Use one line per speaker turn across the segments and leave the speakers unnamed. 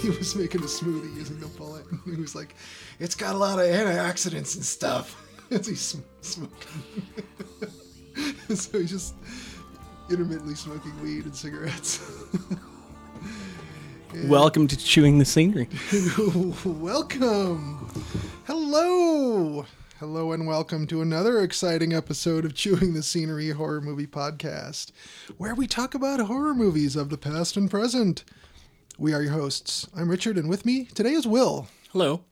He was making a smoothie using the bullet. He was like, "It's got a lot of antioxidants and stuff." As he's sm- smoking, so he's just intermittently smoking weed and cigarettes.
Welcome to Chewing the Scenery.
welcome. Hello. Hello and welcome to another exciting episode of Chewing the Scenery Horror Movie Podcast, where we talk about horror movies of the past and present. We are your hosts. I'm Richard, and with me today is Will.
Hello.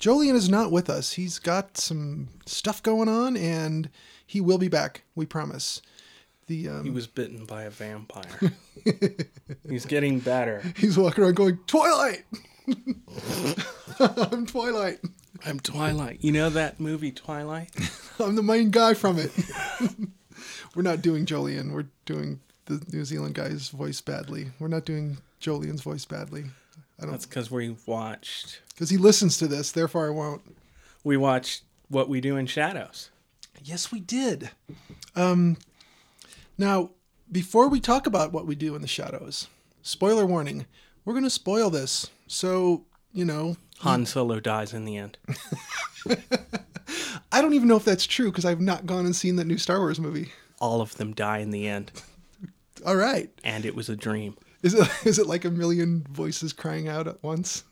Jolien is not with us. He's got some stuff going on, and he will be back. We promise. The um,
He was bitten by a vampire. He's getting better.
he's walking around going Twilight. I'm Twilight.
I'm Twilight. You know that movie Twilight?
I'm the main guy from it. We're not doing Jolien. We're doing the New Zealand guy's voice badly. We're not doing Jolien's voice badly
That's because we watched
because he listens to this. Therefore, I won't.
we watched What We Do in Shadows.
Yes, we did. Um, now, before we talk about what we do in the shadows, spoiler warning: we're going to spoil this. So you know,
Han Solo dies in the end.
I don't even know if that's true because I've not gone and seen that new Star Wars movie.
All of them die in the end,
All right,
and it was a dream.
is it is it like a million voices crying out at once?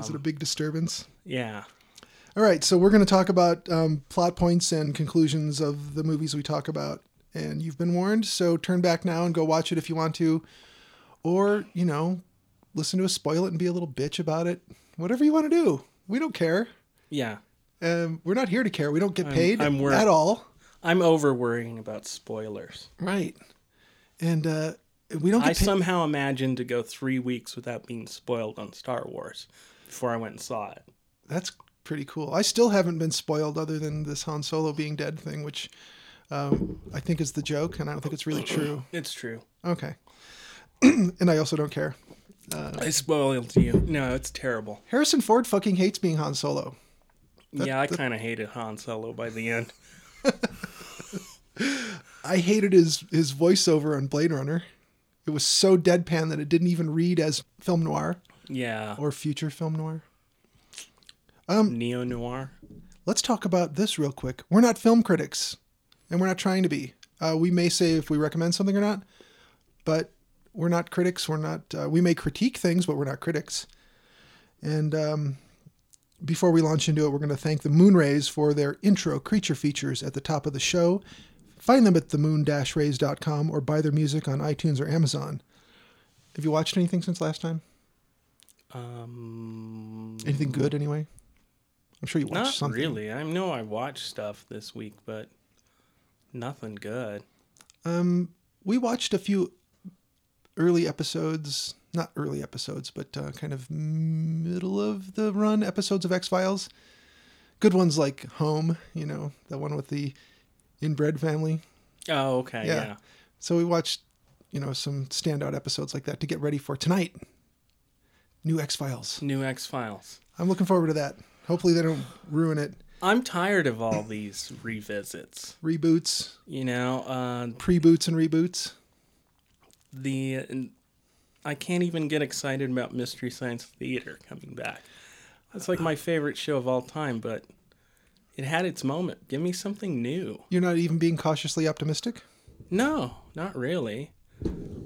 is it a big disturbance?
Yeah.
All right, so we're going to talk about um, plot points and conclusions of the movies we talk about, and you've been warned. So turn back now and go watch it if you want to, or you know, listen to us spoil it and be a little bitch about it. Whatever you want to do, we don't care.
Yeah.
Um, we're not here to care. We don't get paid
I'm wor-
at all.
I'm over worrying about spoilers.
Right, and uh, we don't get
I
paid.
somehow imagined to go three weeks without being spoiled on Star Wars before I went and saw it.
That's pretty cool. I still haven't been spoiled other than this Han Solo being dead thing, which um, I think is the joke, and I don't think it's really true.
It's true.
Okay. and I also don't care.
I spoiled you. No, it's terrible.
Harrison Ford fucking hates being Han Solo.
yeah, I kind of hated Han Solo by the end.
I hated his his voiceover on Blade Runner. It was so deadpan that it didn't even read as film noir
Yeah.
or um, future film noir.
Neo noir.
Let's talk about this real quick. We're not film critics, and we're not trying to be. Uh, we may say if we recommend something or not, but we're not critics. We're not. Uh, we may critique things, but we're not critics. And um, before we launch into it, we're going to thank the Moonrays for their intro creature features at the top of the show. Find them at themoon-rays.com or buy their music on iTunes or Amazon. Have you watched anything since last time?
Um,
Anything good, anyway? I'm sure you watched
not
something.
really. I know I watched stuff this week, but nothing good.
Um, we watched a few early episodes not early episodes but uh, kind of middle of the run episodes of x-files good ones like home you know the one with the inbred family
Oh, okay.
Yeah.
Yeah.
so we watched you know some standout episodes like that to get ready for tonight new x-files
New X Files.
i'm looking forward to that hopefully they don't ruin it
I'm tired of all these revisits.
reboots
You know, uh,
pre-boots and reboots
the I can't even get excited about Mystery Science Theater coming back. That's like my favorite show of all time, but it had its moment. Give me something new.
you're not even being cautiously optimistic
No, not really.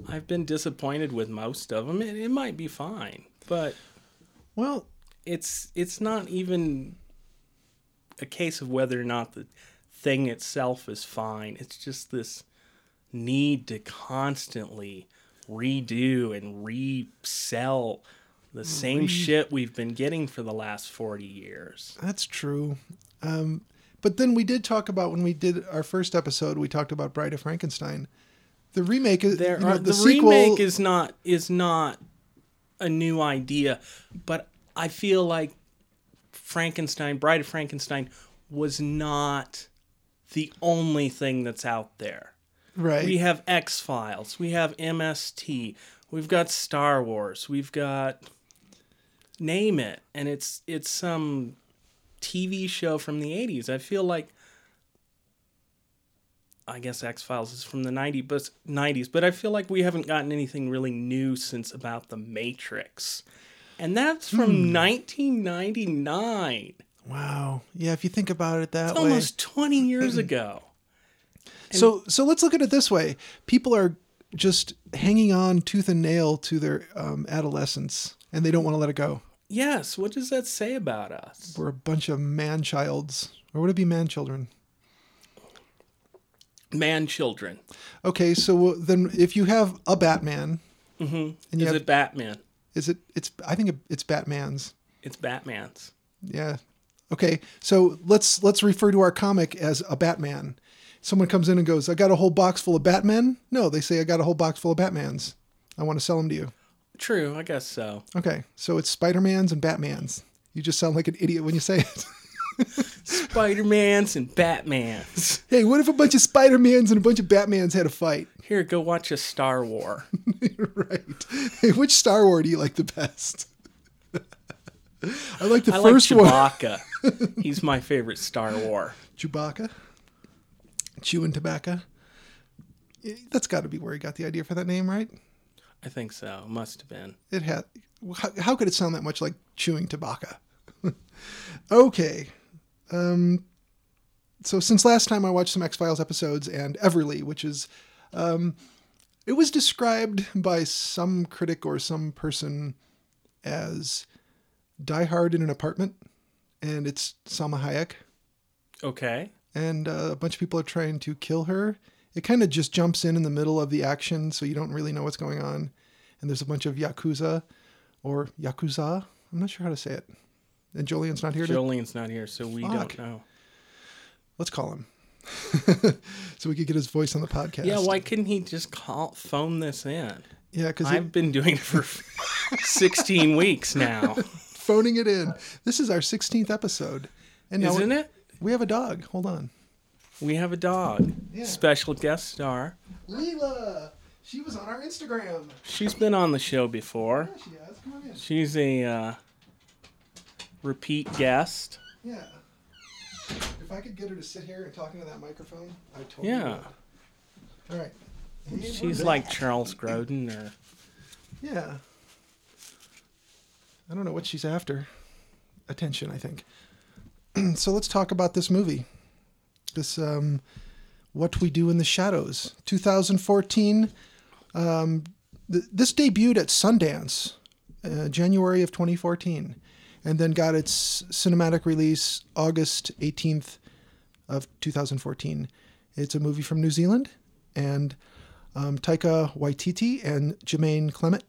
I've been disappointed with most of them. It, it might be fine, but
well
it's it's not even a case of whether or not the thing itself is fine. It's just this need to constantly redo and resell the same shit we've been getting for the last 40 years.
That's true. Um, but then we did talk about when we did our first episode, we talked about Bride of Frankenstein, The remake is
There
you know,
are
the,
the,
sequel.
remake is not is not a new idea, but I feel like Frankenstein, Bride of Frankenstein, was not the only thing that's out there.
right.
We have X Files. We have MST. We've got Star Wars. We've got name it, and it's it's some TV show from the '80s. I feel like I guess X Files is from the '90s, but '90s. But I feel like we haven't gotten anything really new since about the Matrix, and that's from 1999.
wow. Yeah, if you think about it that
It's
way.
almost 20 years ago.
so so let's look at it this way. People are just hanging on tooth and nail to their um, adolescence, and they don't want to let it go.
Yes. What does that say about us?
We're a bunch of man childs, or would it be man children?
Man, children.
Okay, so well, then if you have a Batman, and you
Is
have,
it Batman?
is it? It's I think it- it's Batman's.
It's Batman's.
Yeah. Okay. So let's let's refer to our comic as a Batman. Someone comes in and goes, "I got a whole box full of Batmen." No, they say, "I got a whole box full of Batmans. I want to sell them to you."
True, I guess so.
Okay. So it's Spider-Mans and Batmans. You just sound like an idiot when you say it.
Spider Man's and Batman's.
hey, what if a bunch of Spider-Mans and a bunch of Batmans had a fight?
Here, go watch a Star War.
right. Hey, which Star Wars do you like the best? I like the
I like
first one.
Chewbacca. He's my favorite Star War.
Chewbacca, chewing tobacco. Eh, That's got to be where he got the idea for that name, right?
I think so. Must have been.
It had. How, how could it sound that much like chewing tobacco? okay. Um, so since last time, I watched some X Files episodes and Everly, which is, um, it was described by some critic or some person as Die Hard in an apartment, and it's Salma Hayek,
Okay.
and uh, a bunch of people are trying to kill her. It kind of just jumps in in the middle of the action, so you don't really know what's going on. And there's a bunch of yakuza, or yakuza. I'm not sure how to say it. And Jolien's not here. To,
Jolene's not here, so we
Fuck.
don't know.
let's call him, so we could get his voice on the podcast.
Yeah, why couldn't he just call phone this in?
Yeah, because
I've been doing it for 16 weeks now,
phoning it in. This is our 16th episode, and now
isn't
we-
it?
we have a dog. Hold on,
We have a dog.
Yeah.
Special guest star.
Leela. She was on our Instagram.
She's been on the show before.
There she is. Come on in.
She's a uh, repeat guest.
Yeah. If I could get her to sit here and talk into that microphone, I totally
Yeah,
would. All right. And we're
she's
back.
like Charles Grodin or
Yeah. I don't know what she's after. Attention, I think. so let's talk about this movie. This um What We Do in the Shadows, 2014. Um th- this debuted at Sundance, uh, January of 2014, and then got its cinematic release August 18th of 2014. It's a movie from New Zealand, and um, Taika Waititi and Jermaine Clement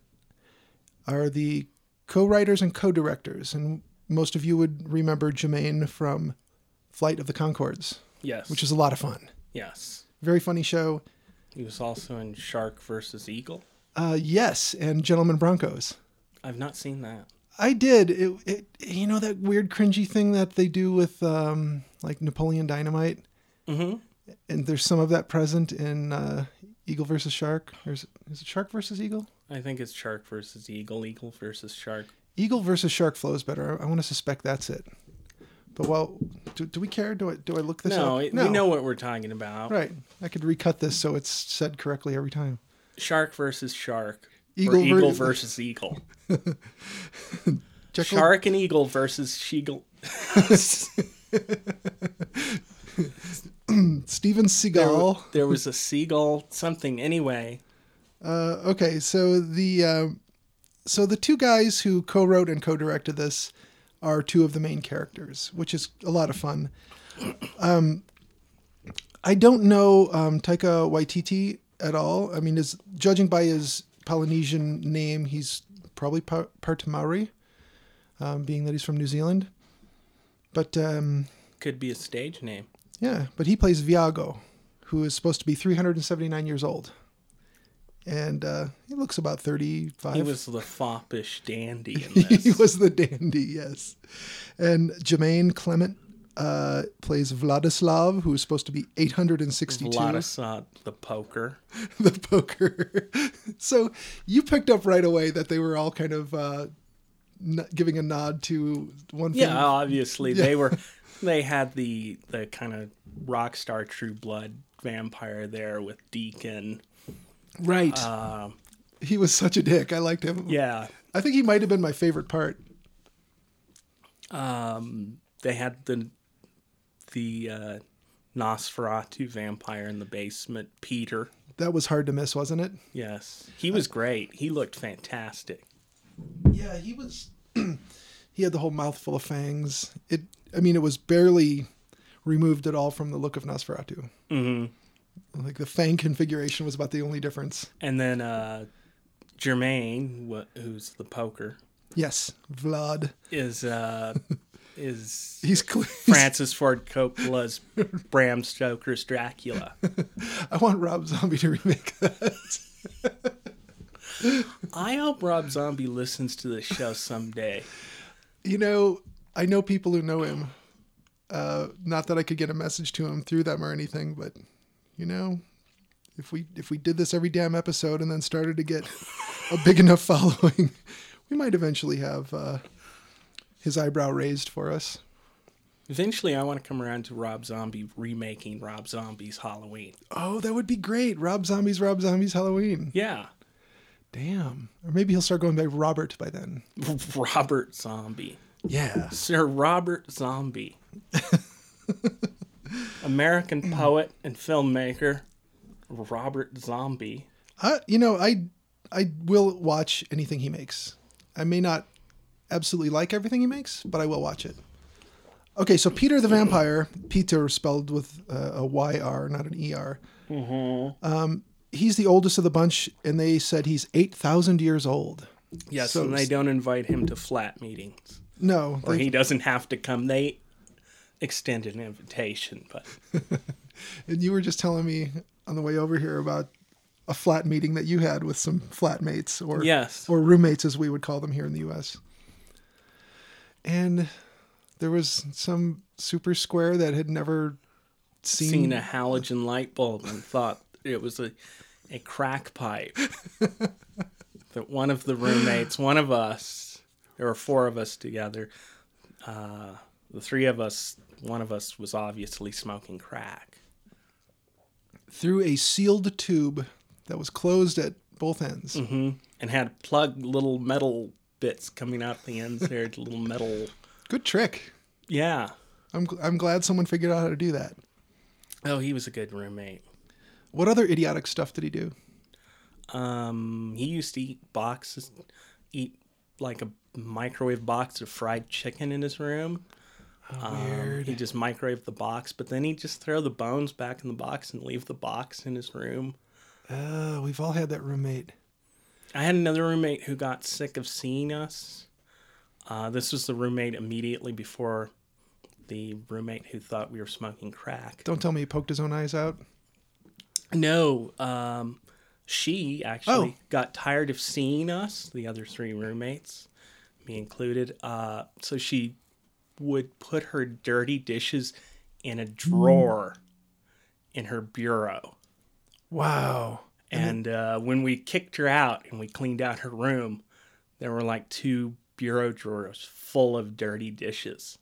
are the co-writers and co-directors. And most of you would remember Jermaine from Flight of the Concords,
yes,
which is a lot of fun.
yes.
Very funny show.
He was also in Shark versus Eagle.
Uh, yes, and Gentlemen Broncos.
I've not seen that.
I did. It, it, you know that weird cringy thing that they do with um, like Napoleon Dynamite,
Mhm.
and there's some of that present in uh, Eagle versus Shark. Or is, it- is it Shark versus Eagle?
I think it's Shark versus Eagle, Eagle versus Shark.
Eagle versus shark flows better. I, I want to suspect that's it. But well, do, do we care? Do I do I look this
No,
up?
it, we know what we're talking about.
Right. I could recut this so it's said correctly every time.
Shark versus Shark.
Eagle
or eagle
ver-
versus Eagle.
Jekyll,
Shark and Eagle versus Sheagle.
Steven
there,
Seagal.
there was a seagull, something anyway.
Uh, okay, so the um so the two guys who co-wrote and co-directed this are two of the main characters, which is a lot of fun. Um, I don't know um, Taika Waititi at all. I mean, is judging by his Polynesian name, he's probably par- part Maori, um, being that he's from New Zealand. But um,
Could be a stage name.
yeah, but he plays Viago, who is supposed to be 379 years old. and uh, he looks about thirty-five.
He was the foppish dandy in this.
he was the dandy, yes. And Jermaine Clement uh, plays Vladislav, who is supposed to be 862.
Vladislav the poker.
the poker. so you picked up right away that they were all kind of uh, n- giving a nod to one
Yeah, uh,
film.
obviously they were. They had the the kind of rock star True Blood vampire there with Deacon.
Right.
Um,
he was such a dick. I liked him.
yeah,
I think he might have been my favorite part.
they had the the uh, Nosferatu vampire in the basement, Peter.
That was hard to miss, wasn't it?
Yes, he was great. He looked fantastic.
Yeah, he was. he had the whole mouthful of fangs. It. I mean, it was barely removed at all from the look of Nosferatu. Mm-hmm. Like the fang configuration was about the only difference.
And then uh, Jermaine, wh- who's the poker,
Yes, Vlad.
is uh, is
He's clear.
Francis Ford Coppola's Bram Stoker's Dracula.
I want Rob Zombie to remake that.
I hope Rob Zombie listens to this show someday.
You know, I know people who know him. Uh, not that I could get a message to him through them or anything, but you know, if we if we did this every damn episode and then started to get a big enough following, we might eventually have uh, his eyebrow raised for us.
Eventually, I want to come around to Rob Zombie remaking Rob Zombie's Halloween.
Oh, that would be great! Rob Zombie's Rob Zombie's Halloween.
Yeah,
Damn. Or maybe he'll start going by Robert by then.
Robert Zombie.
Yeah.
Sir Robert Zombie. American poet and filmmaker Robert Zombie.
I, you know, I I will watch anything he makes. I may not absolutely like everything he makes, but I will watch it. Okay, so Peter the Vampire, Peter spelled with uh, a Y R, not an E R. Mm-hmm. Um, he's the oldest of the bunch, and they said he's eight thousand years old.
Yes,
So-
and they don't invite him to flat meetings.
No,
Or
they-
he doesn't have to come. They extend an invitation, but
and you were just telling me on the way over here about a flat meeting that you had with some flatmates or
Yes.
or roommates as we would call them here in the US. And there was some super square that had never seen,
seen a halogen light bulb and thought it was a, a crack pipe. that one of the roommates, one of us, there were four of us together, uh, the three of us, one of us was obviously smoking crack.
through a sealed tube that was closed at both ends.
hmm And had plug little metal bits coming out the ends there, little metal.
Good trick.
Yeah.
I'm gl- I'm glad someone figured out how to do that.
Oh, he was a good roommate.
What other idiotic stuff did he do?
Um, he used to eat boxes, eat like a microwave box of fried chicken in his room. Weird. he just microwaved the box, but then he'd just throw the bones back in the box and leave the box in his room.
Uh, we've all had that roommate.
I had another roommate who got sick of seeing us. Uh, this was the roommate immediately before the roommate who thought we were smoking crack.
Don't tell me he poked his own eyes out.
No, um, she actually got tired of seeing us, the other three roommates, me included. Uh, so she would put her dirty dishes in a drawer in her bureau.
Wow.
And uh, when we kicked her out and we cleaned out her room, there were like two bureau drawers full of dirty dishes.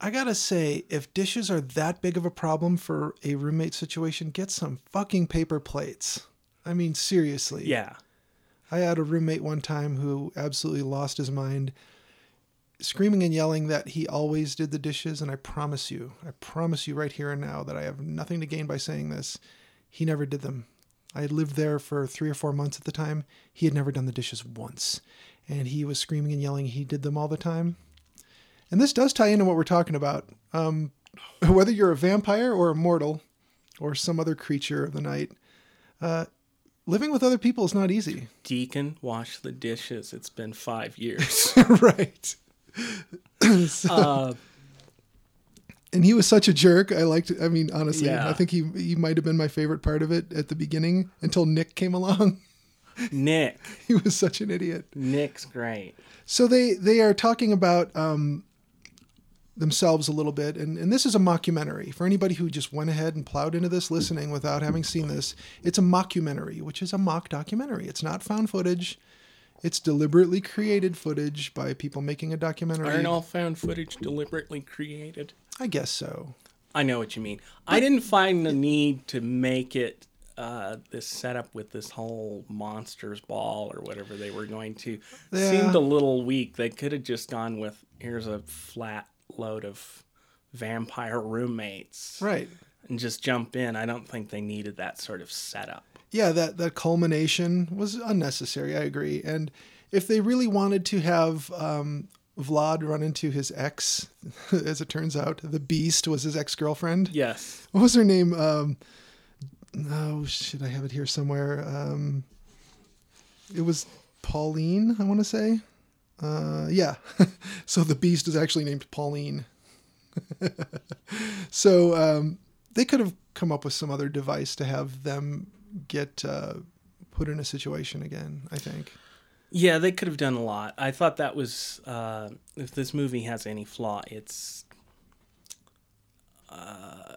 I gotta say, if dishes are that big of a problem for a roommate situation, get some fucking paper plates. I mean, seriously.
Yeah.
I had a roommate one time who absolutely lost his mind, screaming and yelling that he always did the dishes. And I promise you, I promise you right here and now that I have nothing to gain by saying this. He never did them. I had lived there for three or four months at the time. He had never done the dishes once. And he was screaming and yelling he did them all the time. And this does tie into what we're talking about. Um, whether you're a vampire or a mortal or some other creature of the night, uh, living with other people is not easy.
Deacon, wash the dishes. It's been five years.
right. So-
uh,
and he was such a jerk. I liked. I mean, honestly,
Yeah.
I think he he might have been my favorite part of it at the beginning until Nick came along.
Nick.
He was such an idiot.
Nick's great.
So they they are talking about um, themselves a little bit, and and this is a mockumentary for anybody who just went ahead and plowed into this listening without having seen this. It's a mockumentary, which is a mock documentary. It's not found footage. It's deliberately created footage by people making a documentary.
Aren't all found footage deliberately created?
I guess so.
I know what you mean. I didn't find the need to make it uh, this setup with this whole monsters ball or whatever they were going to
Yeah.
seemed a little weak. They could have just gone with here's a flat load of vampire roommates
Right.
and just jump in. I don't think they needed that sort of setup.
yeah, that that culmination was unnecessary. I agree. And if they really wanted to have um, Vlad run into his ex, as it turns out, the Beast was his ex girlfriend.
Yes.
What was her name? Um, oh shit, I have it here somewhere. Um, it was Pauline, I want to say. Uh, yeah. so the Beast is actually named Pauline. so um, they could have come up with some other device to have them get uh, put in a situation again. I think.
Yeah, they could have done a lot. I thought that was uh, if this movie has any flaw, it's uh,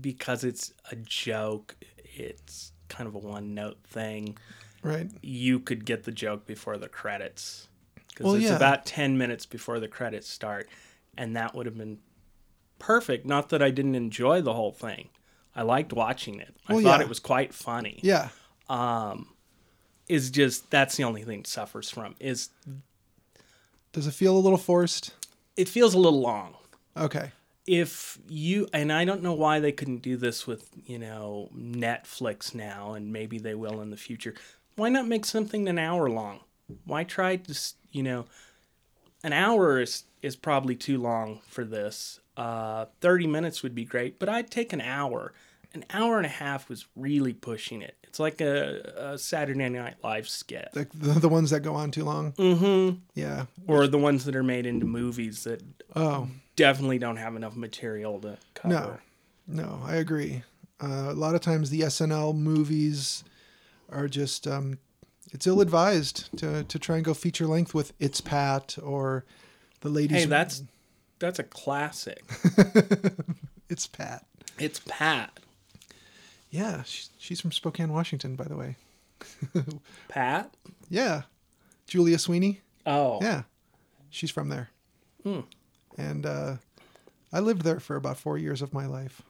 because it's a joke. It's kind of a one-note thing.
Right.
You could get the joke before the credits because
Well,
it's
yeah.
about ten minutes before the credits start, and that would have been perfect. Not that I didn't enjoy the whole thing. I liked watching it. I
Well,
thought
yeah.
it was quite funny
Yeah.
is just that's the only thing it suffers from is
Does it feel a little forced?
it feels a little long
Okay.
if you and i don't know why they couldn't do this with you know netflix now and maybe they will in the future why not make something an hour long why try to s- you know an hour is is probably too long for this uh 30 minutes would be great but i'd take an hour an hour and a half was really pushing it it's like a, a saturday night live skit
Like the, the ones that go on too long. Mm-hmm. Yeah.
or the ones that are made into movies that
Oh.
definitely don't have enough material to cover.
No, no, I agree. Uh, a lot of times the SNL movies are just um, it's ill-advised to to try and go feature length with it's Pat or the ladies.
Hey, that's that's a classic.
it's Pat.
It's Pat.
Yeah, she's, she's from Spokane, Washington, by the way.
Pat?
Yeah, Julia Sweeney.
Oh.
Yeah, she's from there.
Hmm.
And uh, I lived there for about four years of my life.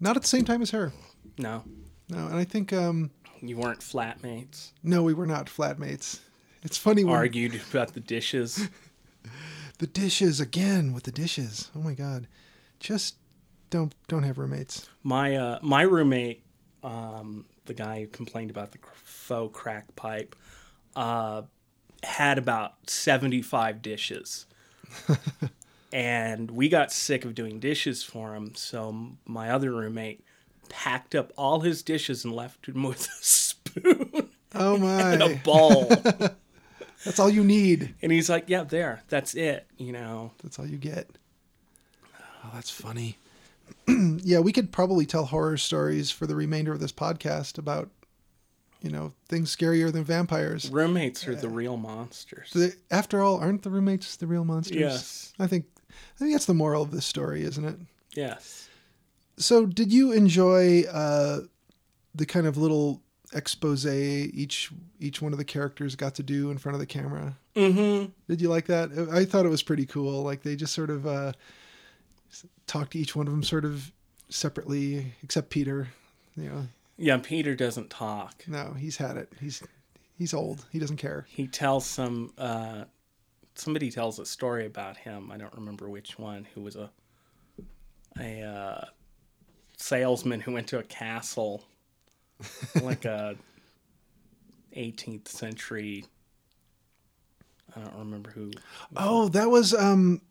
Not at the same time as her.
No.
No, and I think um,
You weren't flatmates.
no, we were not flatmates. It's funny when
Argued about the dishes.
The dishes again with the dishes. Oh my god. Just don't don't have roommates.
My uh my roommate, um, the guy who complained about the cr- faux crack pipe, uh had about 75 dishes. and we got sick of doing dishes for him, so m- my other roommate packed up all his dishes and left him with a spoon
Oh
and a
my.
bowl.
That's all you need.
And he's like, "Yeah, there. That's it." You know.
That's all you get. Oh, that's funny. yeah, we could probably tell horror stories for the remainder of this podcast about you know, things scarier than vampires.
Roommates are the real monsters.
The- After all, aren't the roommates the real monsters?
Yes.
I think I think that's the moral of this story, isn't it?
Yes.
So, did you enjoy uh, the kind of little expose each each one of the characters got to do in front of the camera?
Mhm.
Did you like that? I I thought it was pretty cool. Like they just sort of uh, s- talked to each one of them sort of separately, except Peter. You know,
Yeah, Peter doesn't talk.
no, he's had it. He's he's old. He doesn't care.
He tells some uh somebody tells a story about him. I don't remember which one, who was a a uh salesman who went to a castle like a 18th century I don't remember who.
Oh, that was um,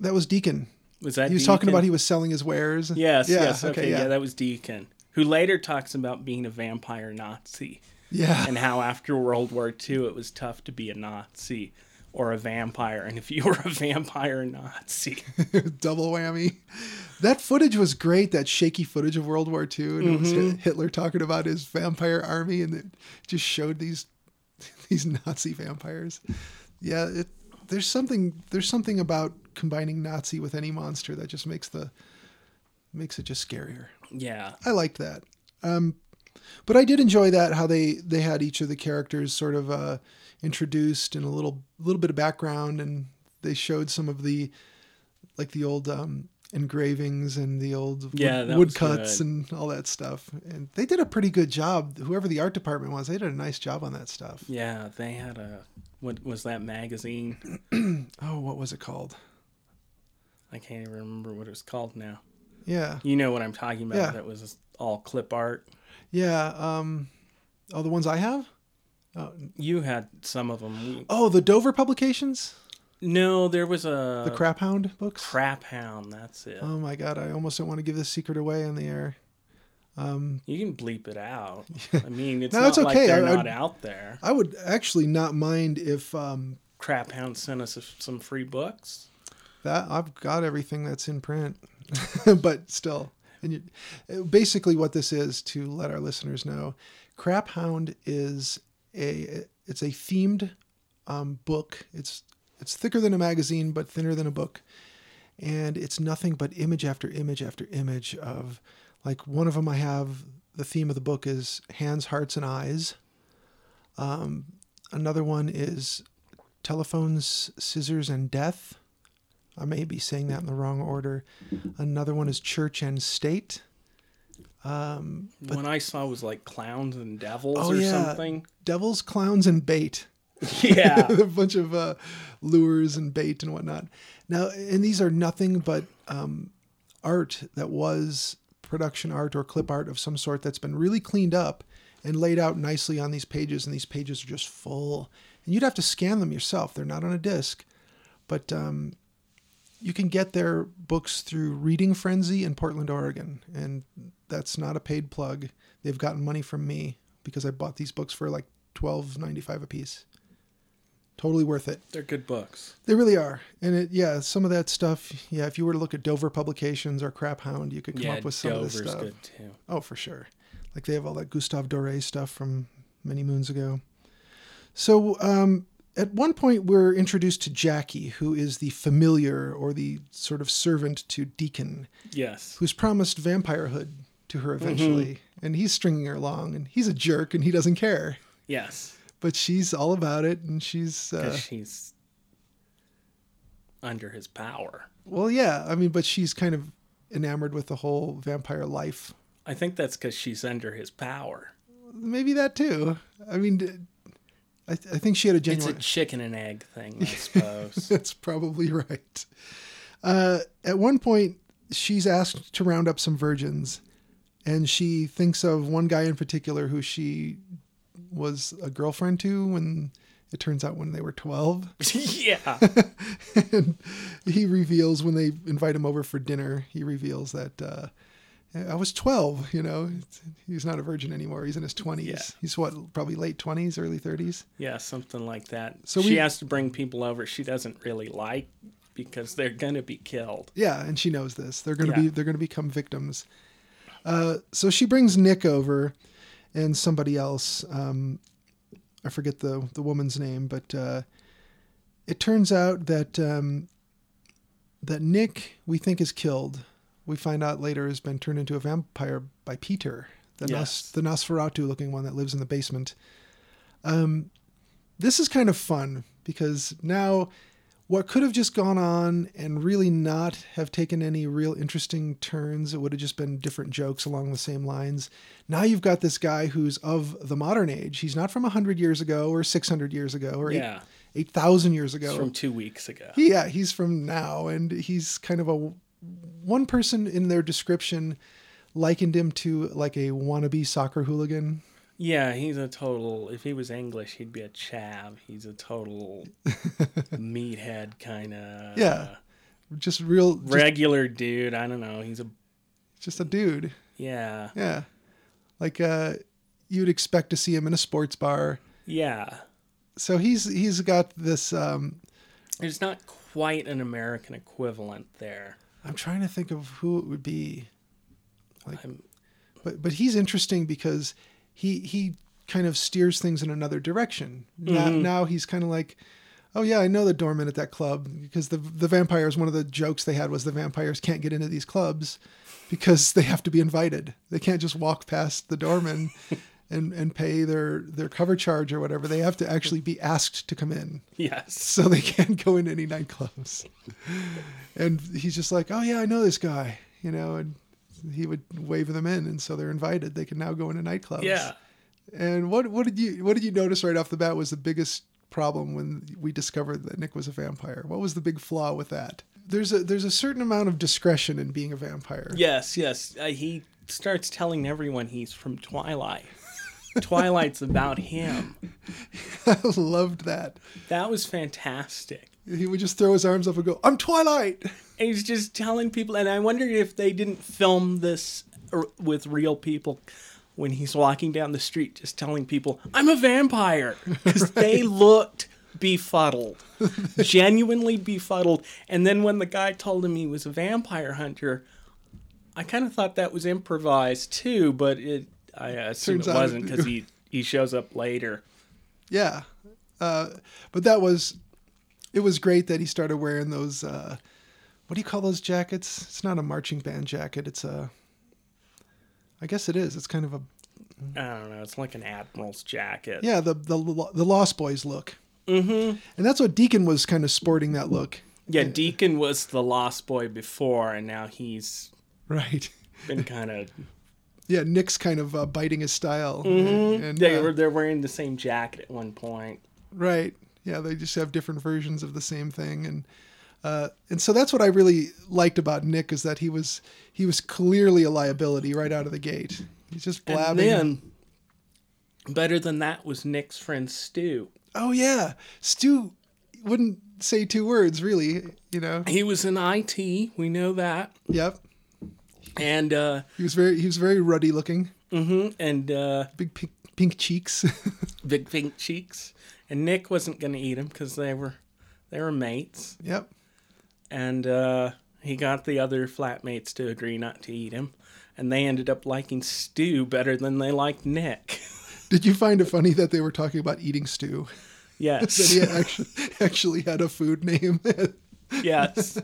that was Deacon.
Was that
He was talking
Deacon?
about he was selling his wares.
Yes,
Yeah,
yes. Okay, yeah.
yeah.
that was Deacon, who later talks about being a vampire Nazi
yeah.
and how after World War II it was tough to be a Nazi or a vampire. And if you were a vampire Nazi,
double whammy. That footage was great. That shaky footage of World War II, and it was Hit- Hitler talking about his vampire army, and it just showed these these Nazi vampires. Yeah, it, there's something there's something about combining Nazi with any monster that just makes the makes it just scarier.
Yeah.
I liked that. Um, but I did enjoy that how they they had each of the characters sort of uh, introduced and a little little bit of background, and they showed some of the like the old um, engravings and the old wood-
Yeah, that was
woodcuts
good.
and all that stuff. And they did a pretty good job. Whoever the art department was, they did a nice job on that stuff.
Yeah, they had a what was that magazine?
Oh, what was it called?
I can't even remember what it was called now.
Yeah,
You know what I'm talking about?
Yeah.
That was all clip art.
yeah. Um, oh, the ones I have.
You had some of them.
Oh, the Dover publications,
No, there was a
the Crap Hound books.
crap hound. That's it.
Oh my god, I almost don't want to give this secret away on the air.
you can bleep it out. I mean, it's
No,
not
it's
like
okay.
they're
I- I-
not out there.
I would actually not mind if um,
Crap hound sent us some free books.
that I've got everything that's in print, but still, and you, basically what this is to let our listeners know, Crap Hound is a it's a themed um, book. It's it's thicker than a magazine, but thinner than a book, and it's nothing but image after image after image of like one of them. I have the theme of the book is hands, hearts, and eyes. Um, another one is telephones, scissors, and death. I may be saying that in the wrong order. Another one is church and state.
One I saw was like clowns and devils
Oh,
or
yeah.
something.
Devils, clowns, and bait.
Yeah.
a bunch of uh, lures and bait and whatnot. Now, and these are nothing but um, art that was production art or clip art of some sort that's been really cleaned up and laid out nicely on these pages. And these pages are just full. And you'd have to scan them yourself, they're not on a disc. But um, you can get their books through Reading Frenzy in Portland, Oregon. And that's not a paid plug. They've gotten money from me because I bought these books for like twelve ninety five a piece. Totally worth it.
They're good books.
They really are. And it yeah, some of that stuff, yeah, if you were to look at Dover Publications or Crap Hound, you could come
yeah,
up with some
Dover's
of this stuff.
good too.
Oh, for sure. Like they have all that Gustave Doré stuff from many moons ago. So um, at one point, we're introduced to Jackie, who is the familiar or the sort of servant to Deacon,
Yes.
who's promised vampirehood to
Mm-hmm.
her eventually. And he's stringing her along, and he's a jerk and he doesn't care.
Yes.
But she's all about it, and she's. Uh,
'Cause she's under his power.
Well, yeah, I mean, but she's kind of enamored with the whole vampire life.
I think that's because she's under his power.
Maybe that too. I mean, d- I, th- I think she had a
It's
genuine.
a chicken and egg thing, I suppose.
That's probably right. Uh, at one point, she's asked to round up some virgins, and she thinks of one guy in particular who she was a girlfriend to when it turns out when they were 12.
yeah.
and he reveals when they invite him over for dinner, he reveals that uh, I was 12, you know. He's not a virgin anymore. He's in his 20s.
Yeah.
He's what, probably late 20s, early 30s?
Yeah, something like that.
So
So
we-
she has to bring people over she doesn't really like because they're going to be killed.
Yeah, and she knows this. They're gonna
Yeah.
be they're gonna become victims. Uh, so she brings Nick over, and somebody else. Um, I forget the the woman's name, but uh, it turns out that um, that Nick we think is killed. We find out later has been turned into a vampire by Peter, the
Yes.
Nos, the Nosferatu looking one that lives in the basement. Um, this is kind of fun because now what could have just gone on and really not have taken any real interesting turns, it would have just been different jokes along the same lines. Now you've got this guy who's of the modern age. He's not from 100 years ago or 600 years ago or eight-
Yeah.
8,000 years
It's
ago.
from two weeks ago.
yeah, he's from now. And he's kind of a one person in their description likened him to like a wannabe soccer hooligan.
Yeah, he's a total. If he was English, he'd be a chav. He's a total meathead kind of.
Yeah. Just real, just,
Regular dude. I don't know. He's a.
just a dude.
Yeah.
Yeah. Like uh you'd expect to see him in a sports bar.
Yeah.
So he's he's got this um
There's not quite an American equivalent there.
I'm trying to think of who it would be. Like
I'm-
but but he's interesting because he he kind of steers things in another direction. Now, now he's kind of like, oh yeah, I know the doorman at that club because the the vampires. One of the jokes they had was the vampires can't get into these clubs because they have to be invited. They can't just walk past the doorman. And, and pay their, their cover charge or whatever. They have to actually be asked to come in
Yes.
so they can't go into any nightclubs. And he's just like, oh yeah, I know this guy, you know, and he would wave them in, and so they're invited. They can now go into nightclubs.
Yeah.
And what what did you what did you notice right off the bat was the biggest problem when we discovered that Nick was a vampire? What was the big flaw with that? There's a there's a certain amount of discretion in being a vampire.
Yes, yes. Uh, he starts telling everyone he's from Twilight. Twilight's about him.
I loved that.
That was fantastic.
He would just throw his arms up and go, "I'm Twilight."
And he's just telling people, and I wonder if they didn't film this r- with real people when he's walking down the street, just telling people, "I'm a vampire," because they looked befuddled, genuinely befuddled. And then when the guy told him he was a vampire hunter, I kind of thought that was improvised too, but it I assume
Turns
it
out
wasn't
it-
because he he shows up later.
Yeah. Uh, but that was, it was great that he started wearing those, uh, what do you call those jackets? It's not a marching band jacket. It's a, I guess it is. It's kind of a,
I don't know. It's like an admiral's jacket.
yeah, the, the, lo- the Lost Boys look. Mm-hmm. And that's what Deacon was kind of sporting that look.
yeah. Deacon was the lost boy before, and now he's
Right.
been kind of
Yeah. Nick's kind of uh, biting his style. And, and,
they
uh,
were they're wearing the same jacket at one point.
Right. Yeah, they just have different versions of the same thing, and uh, and so that's what I really liked about Nick is that he was he was clearly a liability right out of the gate. He's just
And
blabbing.
then better than that was Nick's friend Stu.
oh yeah, Stu wouldn't say two words really. You know.
He was in IT, we know that.
Yep.
And uh
He was very he was very ruddy looking,
mhm, and uh
big pink, pink cheeks.
big pink cheeks. And Nick wasn't going to eat him cuz they were they were mates
yep.
and uh he got the other flatmates to agree not to eat him. And they ended up liking Stu better than they liked Nick.
Did you find it funny that they were talking about eating stew? That
Yes.
he actually actually had a food name.
yes.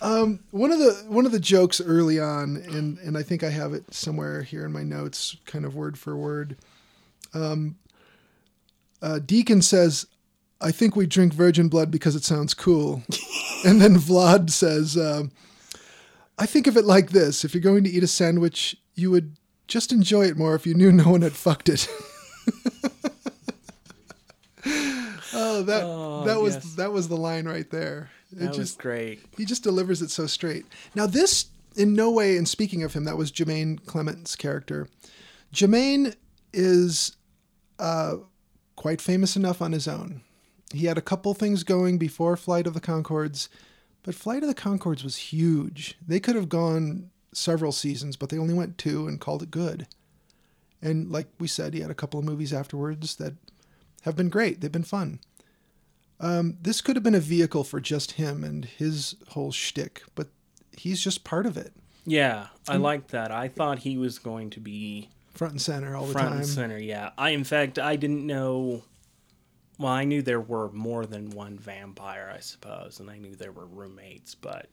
one of the one of the jokes early on, and and I think I have it somewhere here in my notes, kind of word for word. Um, uh, Deacon says, "I think we drink virgin blood because it sounds cool," and then Vlad says, um, "I think of it like this: if you're going to eat a sandwich, you would just enjoy it more if you knew no one had fucked it." oh, that that was
yes.
that was the line right there. It
That was great.
he just delivers it so straight. Now, this, in no way, and speaking of him, that was Jermaine Clement's character. Jermaine is uh, quite famous enough on his own. He had a couple things going before Flight of the Concords, but Flight of the Concords was huge. They could have gone several seasons, but they only went two and called it good. And like we said, he had a couple of movies afterwards that have been great. They've been fun this could have been a vehicle for just him and his whole shtick, but he's just part of it,
Yeah, I like that. I thought he was going to be
front and center all the
front
time.
and center. Yeah, I in fact I didn't know. Well, I knew there were more than one vampire, I suppose, and I knew there were roommates, but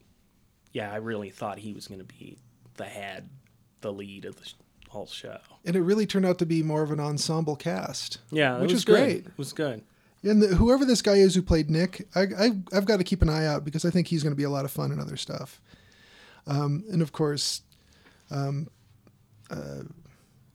yeah, I really thought he was going to be the head, the lead of the sh- whole show.
And it really turned out to be more of an ensemble cast.
Yeah, it
which
was
is
good.
great.
It was good.
And the, whoever this guy is who played Nick, I, I, I've got to keep an eye out because I think he's going to be a lot of fun in other stuff. Um, and of course, um, uh,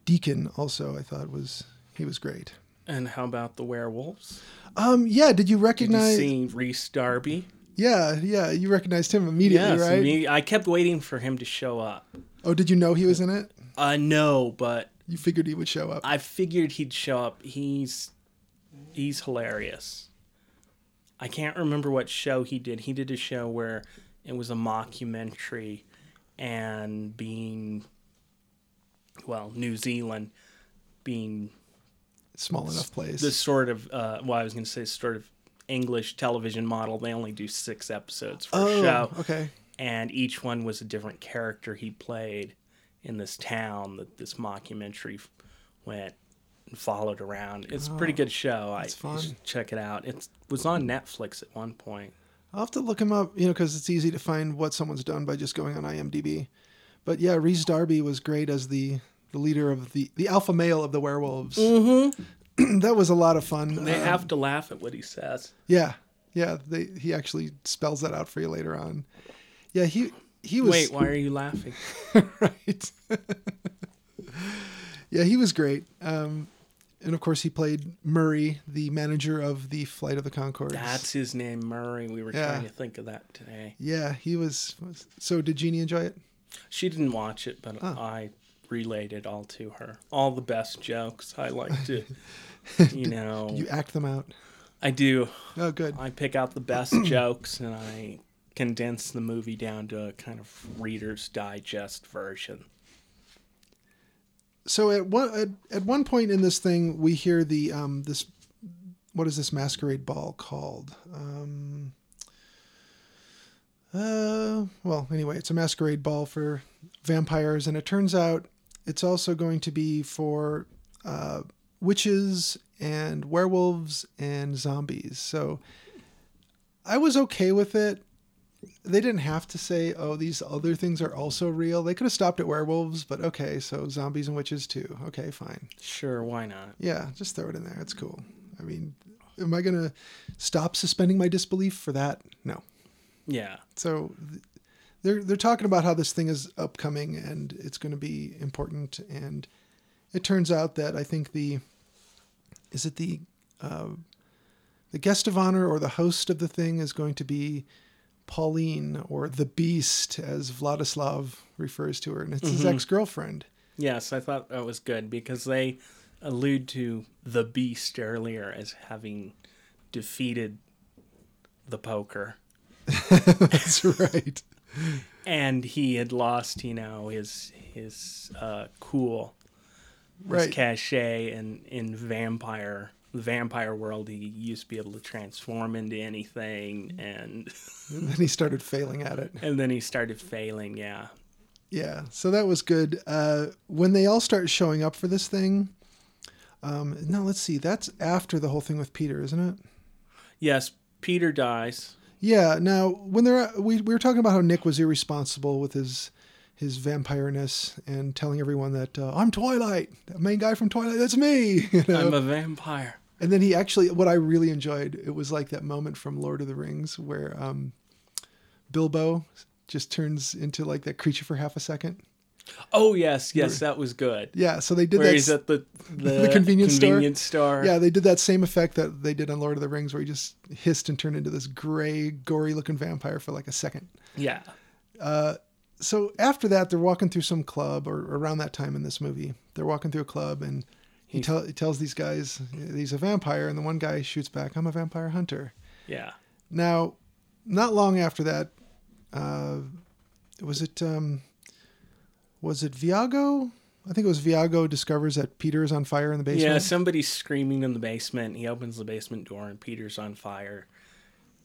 Deacon also I thought was he was great.
And how about the werewolves?
Um, yeah, did you
Did you
recognize?
see Reese Darby?
yeah, yeah, you recognized him immediately,
Yes,
right?
imme- I kept waiting for him to show up.
oh, did you know he was in it?
Uh, no, but
You figured he would show up.
I figured he'd show up. He's he's hilarious. I can't remember what show he did. He did a show where it was a mockumentary and being well, New Zealand being
Small enough place.
the sort of uh well, I was going to say sort of English television model. They only do 6 episodes for
Oh,
a show
Okay.
and each one was a different character he played in this town that this mockumentary f- went and followed around. It's a pretty good show. I
Oh, that's fun.
you should check it out. It was on Netflix at one point.
I'll have to look him up, you know, because it's easy to find what someone's done by just going on IMDb. But yeah, Reese Darby was great as the the leader of the the alpha male of the werewolves. Mm-hmm. that was a lot of fun.
They
Uh,
have to laugh at what he says.
yeah, yeah. They he actually spells that out for you later on. Yeah, he he was
Wait, why are you laughing?
right. yeah, he was great. Um, and of course, he played Murray, the manager of the Flight of the Concords.
That's his name, Murray. We were
Yeah.
trying to think of that today.
yeah, he was. was- So, did Jeannie enjoy it?
She didn't watch it, but I relayed it all to her. All the best jokes. I like to, you know,
You act them out.
I do.
Oh, good.
I pick out the best jokes and I condense the movie down to a kind of Reader's Digest version.
So at one at, at one point in this thing, we hear the um this what is this masquerade ball called? Um, uh, well, anyway, it's a masquerade ball for vampires, and it turns out it's also going to be for uh, witches and werewolves and zombies. So I was okay with it. They didn't have to say, "Oh, these other things are also real." They could have stopped at werewolves, but okay, so zombies and witches too. Okay, fine.
Sure, why not?
Yeah, just throw it in there. It's cool. I mean, am I going to stop suspending my disbelief for that? No.
Yeah.
So th- they're they're talking about how this thing is upcoming and it's going to be important and it turns out that I think the is it the uh, the guest of honor or the host of the thing is going to be Pauline or the Beast as Vladislav refers to her and it's his ex-girlfriend.
Yes, I thought that was good because they allude to the beast earlier as having defeated the poker.
That's right.
and he had lost, you know, his his uh, cool,
Right.
his cachet, and in vampire the vampire world, he used to be able to transform into anything, and
And then he started failing at it.
and then he started failing. Yeah,
Yeah, so that was good. Uh, when they all start showing up for this thing, um, no, let's see. That's after the whole thing with Peter, isn't it?
yes, Peter dies.
Yeah. Now, when they're uh, we, we were talking about how Nick was irresponsible with his his vampireness and telling everyone that uh, I'm Twilight, that main guy from Twilight, that's me. You know?
I'm a vampire.
And then he actually, what I really enjoyed, it was like that moment from Lord of the Rings where um, Bilbo just turns into like that creature for half a second.
Oh yes, yes, that was good.
Yeah. So they did
Where
that.
he's
s-
at the the,
the convenience store?
store.
Yeah, they did that same effect that they did on Lord of the Rings, where he just hissed and turned into this gray, gory-looking vampire for like a second.
yeah,
So after that, they're walking through some club, or around that time in this movie, they're walking through a club, and he, tell, he tells these guys he's a vampire, and the one guy shoots back, "I'm a vampire hunter."
yeah.
Now, not long after that, uh, was it um, was it Viago? I think it was Viago discovers that Peter is on fire in the basement.
Yeah, somebody's screaming in the basement. He opens the basement door and Peter's on fire.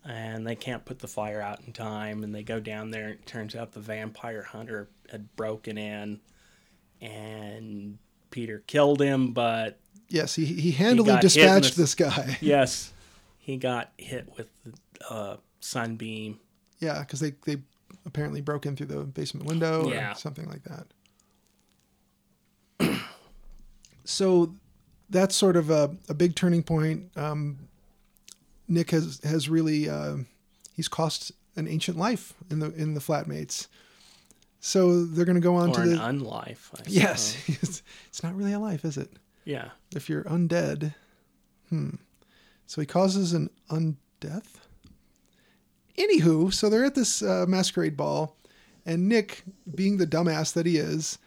And they can't put the fire out in time. And they go down there. And it turns out the vampire hunter had broken in. And Peter killed him. But
Yes, he, he handily
got hit in
dispatched
the-
this guy.
yes, he got hit with the uh, sunbeam.
Yeah, because they they apparently broke in through the basement window
Yeah.
or something like that. so that's sort of a, a big turning point. Um, Nick has has really uh, he's cost an ancient life in the in the flatmates. So they're going to go on
Or
to
an uh-huh.
the
unlife. I
yes,
suppose.
it's, it's not really a life, is it?
Yeah.
If you're undead, hmm. So he causes an undeath. Anywho, so they're at this uh, masquerade ball, and Nick, being the dumbass that he is,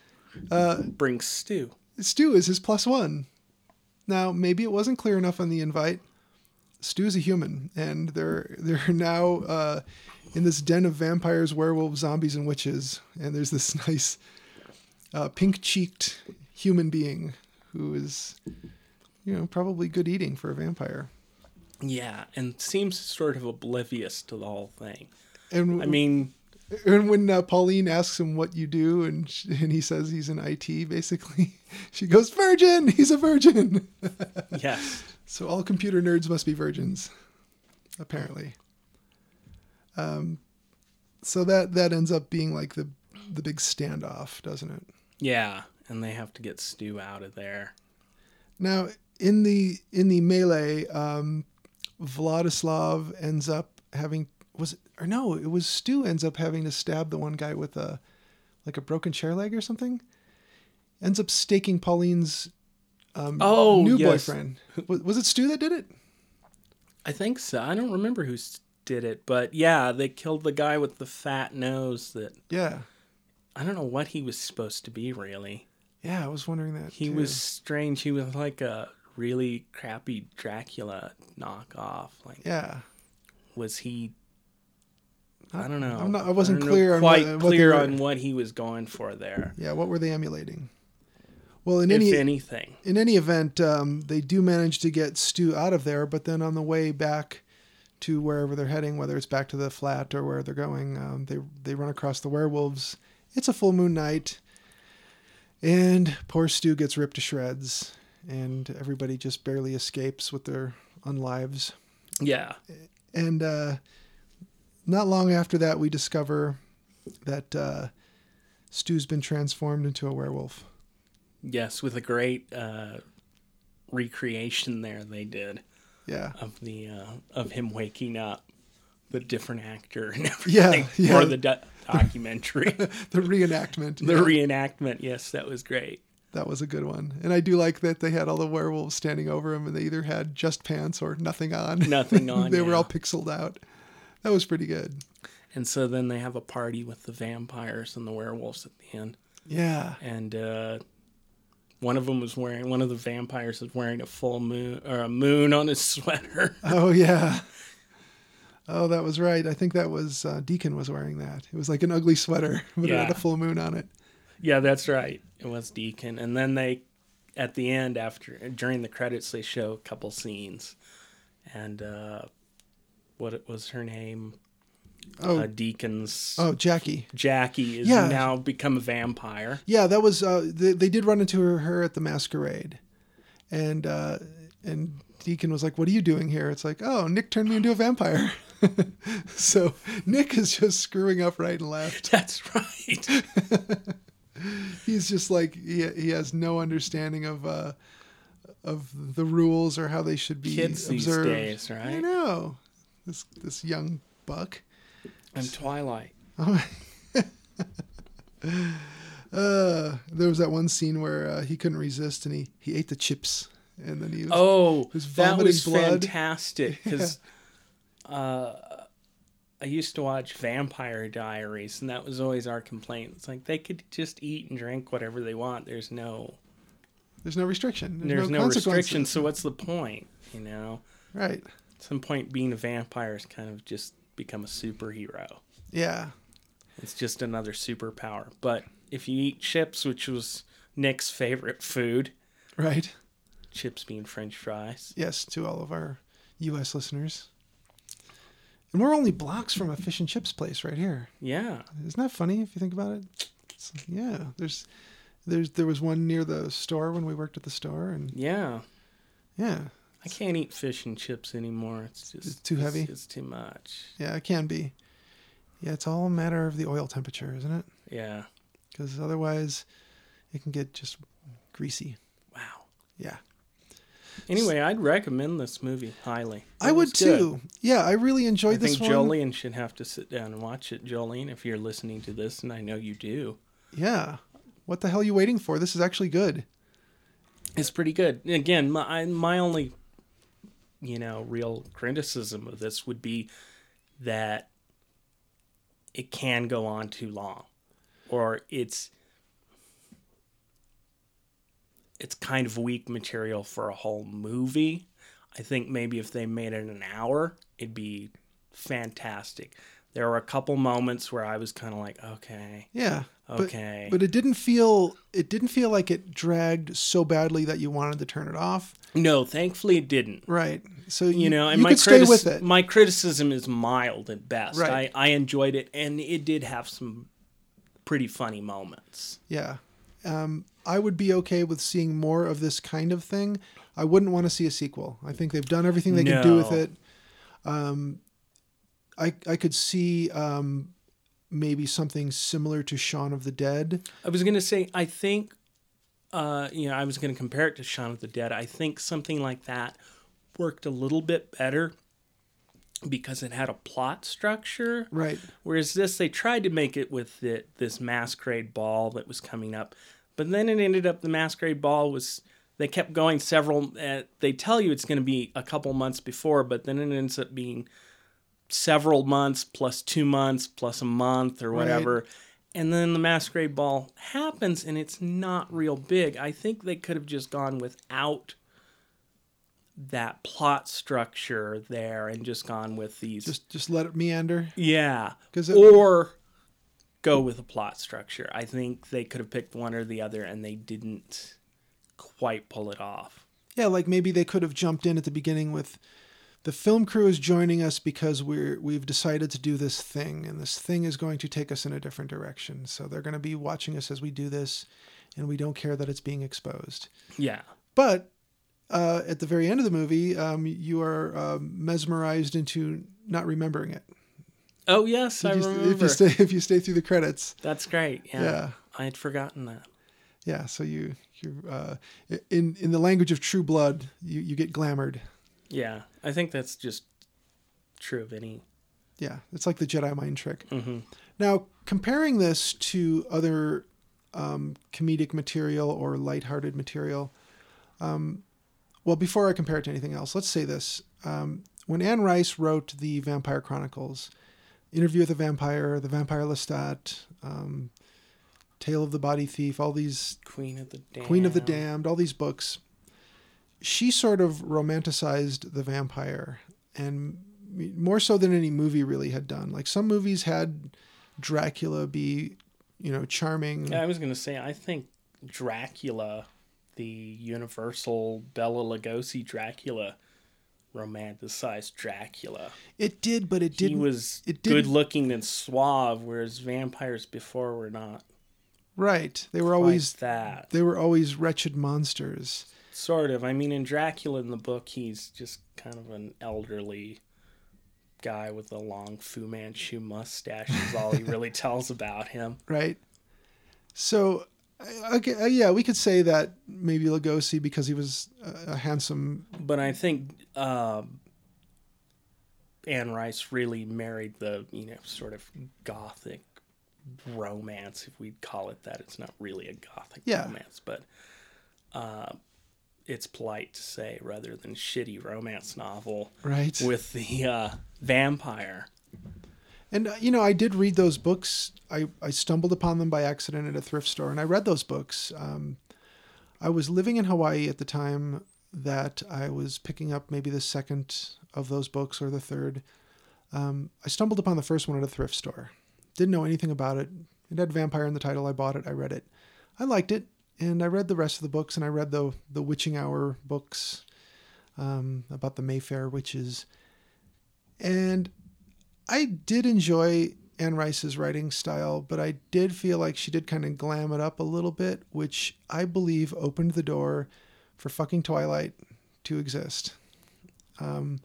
Brings stew.
Stu is his plus one. Now, maybe it wasn't clear enough on the invite. Stu's a human, and they're they're now uh, in this den of vampires, werewolves, zombies, and witches. And there's this nice uh, pink-cheeked human being who is, you know, probably good eating for a vampire.
Yeah. And seems sort of oblivious to the whole thing.
And
I mean,
And when uh, Pauline asks him what you do, and sh and he says he's in IT, basically, she goes, "Virgin, he's a virgin."
Yes.
So all computer nerds must be virgins, apparently. Um, so that that ends up being like the the big standoff, doesn't it?
Yeah, and they have to get Stu out of there.
Now in the in the melee, um, Vladislav ends up having was it, or no, it was Stu ends up having to stab the one guy with a like a broken chair leg or something. Ends up staking Pauline's
Oh,
Um, new
yes.
boyfriend. Was, was it Stu that did it?
I think so. I don't remember who s- did it, but yeah, they killed the guy with the fat nose that
Yeah,
I don't know what he was supposed to be really.
yeah. I was wondering that.
He
too.
was strange. He was like a really crappy Dracula knockoff. Like
Yeah.
was he I don't know.
I'm not- I wasn't
don't know
clear on what- uh,
quite
what they
clear
were-
on what he was going for there.
Yeah, what were they emulating? Well, in
If
any
anything.
in any event, um, they do manage to get Stu out of there, but then on the way back to wherever they're heading, whether it's back to the flat or where they're going, um, they they run across the werewolves. It's a full moon night, and poor Stu gets ripped to shreds, and everybody just barely escapes with their unlives.
Yeah.
And uh, not long after that, we discover that uh, Stu's been transformed into a werewolf.
Yes, with a great uh recreation there they did
Yeah.
of the uh of him waking up the different actor and
Yeah,
everything
yeah.
for the do- documentary.
The reenactment.
the
Yeah,
reenactment, yes, that was great.
that was a good one. And I do like that they had all the werewolves standing over him and they either had just pants or nothing on.
Nothing on,
they were
yeah.
all pixeled out. That was pretty good.
And so then they have a party with the vampires and the werewolves at the end.
Yeah.
And uh, one of them was wearing one of the vampires was wearing a full moon or a moon on his sweater.
Oh, yeah. Oh, that was right. I think that was uh, Deacon was wearing that. It was like an ugly sweater, but it had
Yeah.
a full moon on it.
yeah, that's right. It was Deacon. And then they at the end after during the credits they show a couple scenes. And uh, what it was her name?
Oh.
Uh, Deacon's
Oh, Jackie.
Jackie is
Yeah.
now become a vampire.
Yeah, that was uh, they, they did run into her, her at the masquerade, and uh, and Deacon was like, "What are you doing here?" It's like, "Oh, Nick turned me into a vampire." so Nick is just screwing up right and left.
That's right.
He's just like he, he has no understanding of uh, of the rules or how they should be
Kids these
observed.
days,
I
right?
know this this young buck.
I'm Twilight.
Uh, there was that one scene where uh, he couldn't resist and he he ate the chips and then he was,
Oh,
was
that
vomiting
was
blood.
fantastic because uh, I used to watch Vampire Diaries, and that was always our complaint. It's like they could just eat and drink whatever they want. There's no,
there's no restriction.
there's no,
consequences.
restriction. So what's the point? You know,
Right.
at some point being a vampire is kind of just become a superhero.
Yeah.
It's just another superpower. But if you eat chips, which was Nick's favorite food,
Right.
chips being French fries.
Yes, to all of our U.S. listeners. And we're only blocks from a fish and chips place right here.
Yeah,
Isn't that funny if you think about it? It's- yeah. There's, there's, there was one near the store when we worked at the store, and
yeah.
yeah,
I can't eat fish and chips anymore. It's just
It's too heavy?
It's, it's too much.
yeah, it can be. Yeah, it's all a matter of the oil temperature, isn't it?
Yeah.
Because otherwise, it can get just greasy.
Wow.
Yeah.
Anyway, I'd recommend this movie highly.
I
It
would
was good.
too. Yeah, I really enjoyed
I
this
think
one.
Jolene should have to sit down and watch it. Jolene, if you're listening to this, and I know you do,
Yeah. What the hell are you waiting for? This is actually good.
it's pretty good. Again, my I, my only, you know, real criticism of this would be that it can go on too long, or it's it's kind of weak material for a whole movie. I think maybe if they made it an hour, it'd be fantastic. there were a couple moments where I was kind of like, okay,
Yeah. but-
okay.
But, it didn't feel it didn't feel like it dragged so badly that you wanted to turn it off.
no, thankfully it didn't.
Right. So
You know, and
you
my
could stay
critis-
with it.
my criticism is mild at best.
Right.
I, I enjoyed it, and it did have some pretty funny moments.
Yeah. Um, I would be okay with seeing more of this kind of thing. I wouldn't want to see a sequel. I think they've done everything they can do with
No.
it. Um, I I could see um, maybe something similar to Shaun of the Dead.
I was gonna say, I think, uh, you know, I was gonna compare it to Shaun of the Dead. I think something like that worked a little bit better because it had a plot structure.
Right.
Whereas this, they tried to make it with the, this masquerade ball that was coming up, but then it ended up the masquerade ball was. They kept going several. Uh, they tell you it's going to be a couple months before, but then it ends up being several months plus two months plus a month or whatever. And then the masquerade ball happens, and it's not real big. I think they could have just gone without that plot structure there and just gone with these
Just just let it meander.
yeah.
'Cause it-
or go with a plot structure. I think they could have picked one or the other and they didn't quite pull it off.
Yeah, like maybe they could have jumped in at the beginning with the film crew is joining us because we're we've decided to do this thing and this thing is going to take us in a different direction. So they're going to be watching us as we do this and we don't care that it's being exposed.
Yeah.
But uh, at the very end of the movie, um, you are um, mesmerized into not remembering it.
Oh yes, I
If you-
remember.
If you stay if you stay through the credits,
That's great. Yeah.
Yeah.
I had forgotten that.
yeah. So you you uh, in in the language of True Blood, you you get glamored.
Yeah. I think that's just true of any.
Yeah, it's like the Jedi mind trick. Now, comparing this to other um, comedic material or lighthearted material, um, well, before I compare it to anything else, let's say this. Um, when Anne Rice wrote the Vampire Chronicles, Interview with the Vampire, The Vampire Lestat, um, Tale of the Body Thief, all these
Queen of the Damned.
Queen of the Damned, all these books, she sort of romanticized the vampire and more so than any movie really had done. Like some movies had Dracula be, you know, charming.
Yeah, I was gonna say I think Dracula, the universal Bella Lugosi Dracula, romanticized Dracula.
It did, but it
he
didn't.
was
it didn't-
good looking and suave, whereas vampires before were not
right. They were
always
always
that.
they were always wretched monsters.
Sort of. I mean, in Dracula in the book, he's just kind of an elderly guy with a long Fu Manchu mustache. Is all he really tells about him.
right? So, I- okay, uh, yeah, we could say that maybe Lugosi because he was a, a handsome,
But I think um, Anne Rice really married the you know sort of gothic romance, if we'd call it that. It's not really a gothic
Yeah.
romance, but uh, it's polite to say rather than shitty romance novel
right?
with the uh, vampire.
And uh, you know, I did read those books. I, I stumbled upon them by accident at a thrift store, and I read those books. Um, I was living in Hawaii at the time that I was picking up maybe the second of those books or the third. Um, I stumbled upon the first one at a thrift store. Didn't know anything about it. It had vampire in the title. I bought it. I read it. I liked it, and I read the rest of the books. And I read the the witching hour books um, about the Mayfair witches. And I did enjoy Anne Rice's writing style, but I did feel like she did kind of glam it up a little bit, which I believe opened the door for fucking Twilight to exist. Um,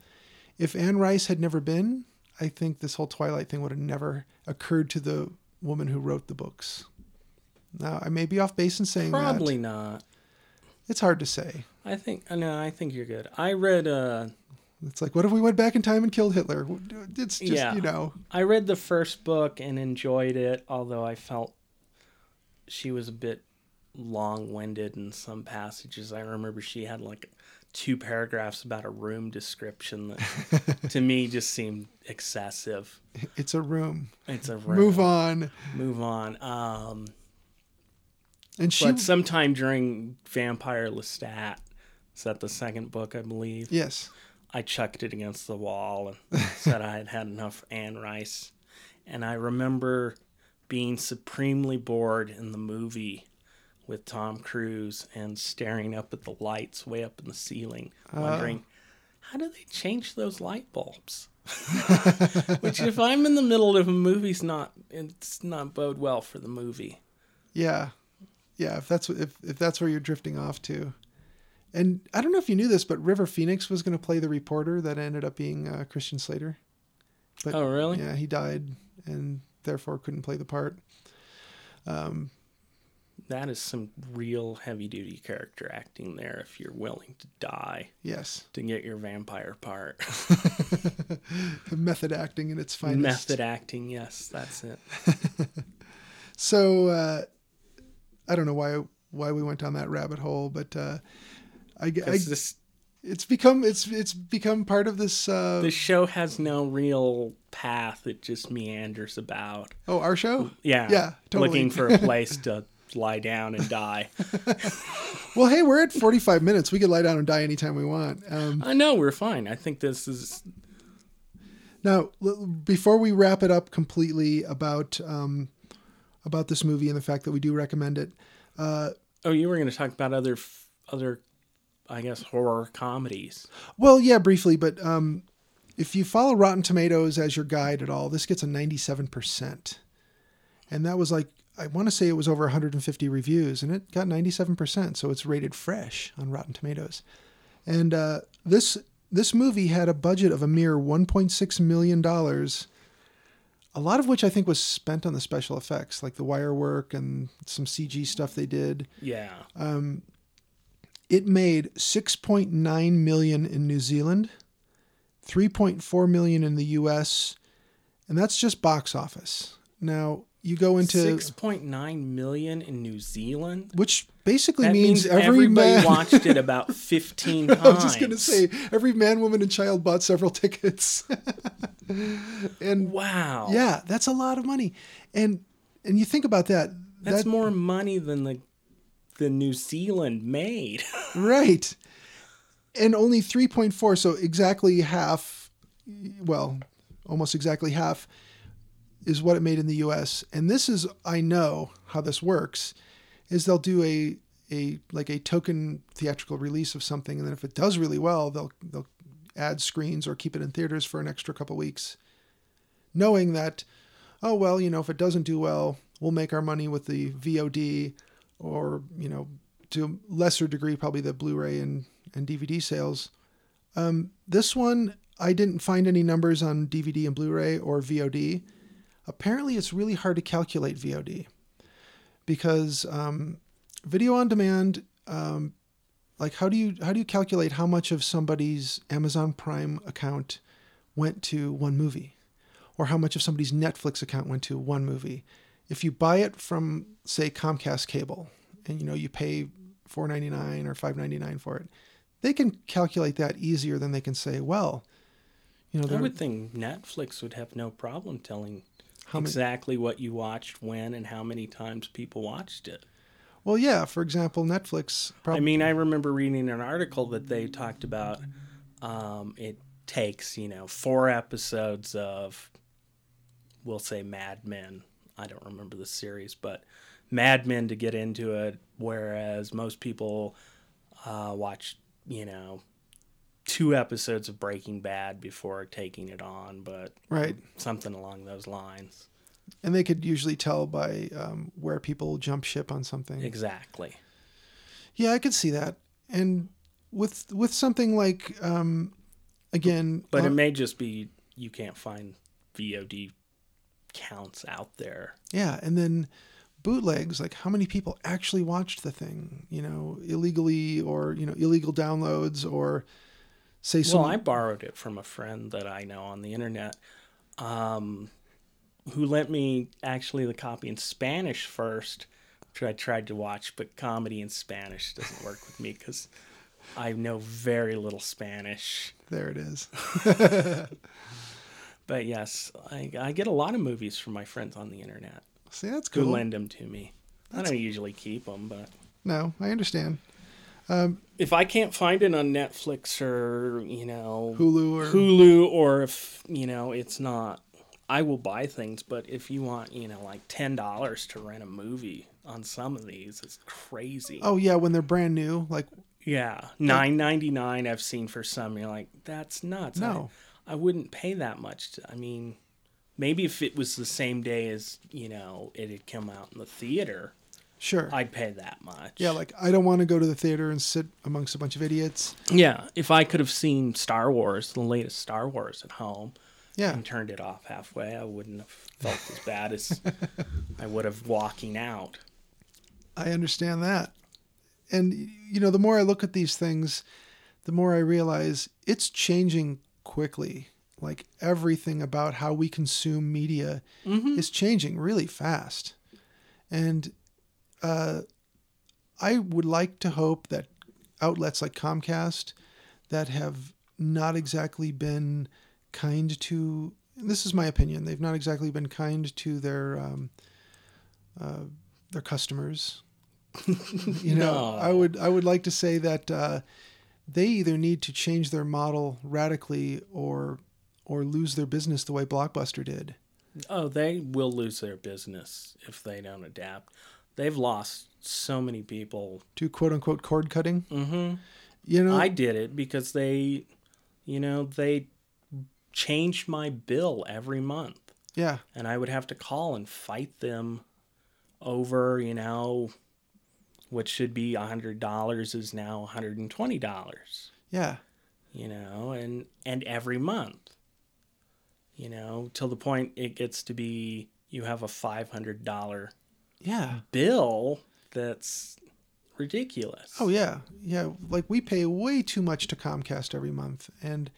if Anne Rice had never been, I think this whole Twilight thing would have never occurred to the woman who wrote the books. Now, I may be off base in saying
Probably not.
that. It's hard to say.
I think no. I think you're good. I read uh,
It's like, what if we went back in time and killed Hitler? It's just,
Yeah.
you know,
I read the first book and enjoyed it, although I felt she was a bit long winded in some passages. I remember she had like two paragraphs about a room description that to me just seemed excessive.
it's a room.
It's a room.
Move on.
Move on. Um,
And she
but sometime during Vampire Lestat, is that the second book, I believe?
Yes.
I chucked it against the wall and said I had had enough Anne Rice. And I remember being supremely bored in the movie with Tom Cruise and staring up at the lights way up in the ceiling, wondering, how do they change those light bulbs? Which, if I'm in the middle of a movie's not, it's not bode well for the movie.
Yeah. Yeah, if that's if if that's where you're drifting off to. And I don't know if you knew this, but River Phoenix was going to play the reporter that ended up being uh, Christian Slater. But-
oh, really?
Yeah, he died and therefore couldn't play the part.
That is some real heavy duty character acting there if you're willing to die
Yes.
to get your vampire part.
Method acting in its finest.
Method acting, yes, that's it.
So uh, I don't know why why we went down that rabbit hole, but uh, I, g- I-
Because this,
it's become it's it's become part of this. Uh,
this show has no real path, it just meanders about.
oh, our show.
Yeah.
Yeah, totally.
Looking for a place to lie down and die.
Well, hey, we're at 45 minutes. We could lie down and die anytime we want. Um,
I know, we're fine. I think this is.
now, l- before we wrap it up completely about um, about this movie and the fact that we do recommend it,
Oh, you were going to talk about other, f- other, I guess, horror comedies.
Well, yeah, briefly, but um, if you follow Rotten Tomatoes as your guide at all, this gets a 97%. And that was like, I want to say it was over 150 reviews, and it got 97%. So it's rated fresh on Rotten Tomatoes. And uh, this this movie had a budget of a mere 1.6 million dollars, a lot of which I think was spent on the special effects, like the wire work and some CG stuff they did
Yeah.
Uh, it made 6.9 million in New Zealand, 3.4 million in the US, and that's just box office. Now, you go into
6.9 million in New Zealand?
which basically
That means,
means, every
everybody
man
watched it about 15 times.
I was just going to say every man, woman and child bought several tickets.
Oh.
and
Wow.
yeah, that's a lot of money. And and you think about that.
That's
that,
more money than the the New Zealand made.
Right. And only 3.4, so exactly half, well, almost exactly half is what it made in the US. And this is I know how this works is they'll do a a like a token theatrical release of something and then if it does really well, they'll they'll add screens or keep it in theaters for an extra couple weeks knowing that oh well, you know, if it doesn't do well, we'll make our money with the VOD or, you know, to a lesser degree probably the Blu-ray and and DVD sales. Um, this one I didn't find any numbers on DVD and Blu-ray or VOD. Apparently, it's really hard to calculate VOD because um, video on demand. Um, like how do you how do you calculate how much of somebody's Amazon Prime account went to one movie, or how much of somebody's Netflix account went to one movie? If you buy it from say Comcast cable, and you know you pay four ninety nine or five ninety nine for it, they can calculate that easier than they can say, well, you know,
I
there-
would think Netflix would have no problem telling
How many-
exactly what you watched when and how many times people watched it.
well, yeah. For example, Netflix.
I
Probably,
mean, I remember reading an article that they talked about um, it takes, you know, four episodes of, we'll say, Mad Men. I don't remember the series, but Mad Men to get into it, whereas most people uh, watch, you know, two episodes of Breaking Bad before taking it on, but
right.
something along those lines.
And they could usually tell by um, where people jump ship on something.
Exactly.
Yeah, I could see that. And with with something like, um, again, uh,
But it
on-
may just be you can't find VOD counts out there.
yeah, and then bootlegs. Like, how many people actually watched the thing? You know, illegally or you know illegal downloads or say some.
well, I borrowed it from a friend that I know on the internet, um, who lent me actually the copy in Spanish first, which I tried to watch, but comedy in Spanish doesn't work with me because I know very little Spanish.
there it is.
But yes, I, I get a lot of movies from my friends on the internet
See, that's
who
cool.
lend them to me. I don't usually keep them, but
No, I understand.
if I can't find it on Netflix or you know
Hulu or
Hulu or if you know it's not I will buy things, but if you want, you know, like ten dollars to rent a movie on some of these, it's crazy.
Oh yeah, when they're brand new, like
Yeah, nine ninety nine. I've seen for some. You're like, that's nuts.
No.
I, I wouldn't pay that much. To, I mean, maybe if it was the same day as you know it had come out in the theater,
sure.
I'd pay that much.
yeah, like I don't want to go to the theater and sit amongst a bunch of idiots.
yeah. If I could have seen Star Wars, the latest Star Wars, at home.
Yeah.
And turned it off halfway. I wouldn't have felt as bad as I would have walking out.
I understand that. And you know, the more I look at these things, the more I realize it's changing quickly. Like everything about how we consume media is changing really fast. And uh, I would like to hope that outlets like Comcast that have not exactly been kind to this is my opinion they've not exactly been kind to their um, uh, their customers. you know,
No.
I would I would like to say that uh, they either need to change their model radically or or lose their business the way Blockbuster did.
Oh, they will lose their business if they don't adapt. They've lost so many people.
To quote unquote cord cutting.
Mm-hmm.
You know,
I did it because they, you know, they changed my bill every month.
yeah,
And I would have to call and fight them over, you know, what should be $100 is now $120.
yeah,
you know, and and every month, you know, till the point it gets to be you have a five hundred dollar
yeah.
bill that's ridiculous.
Oh yeah, yeah. Like we pay way too much to Comcast every month, and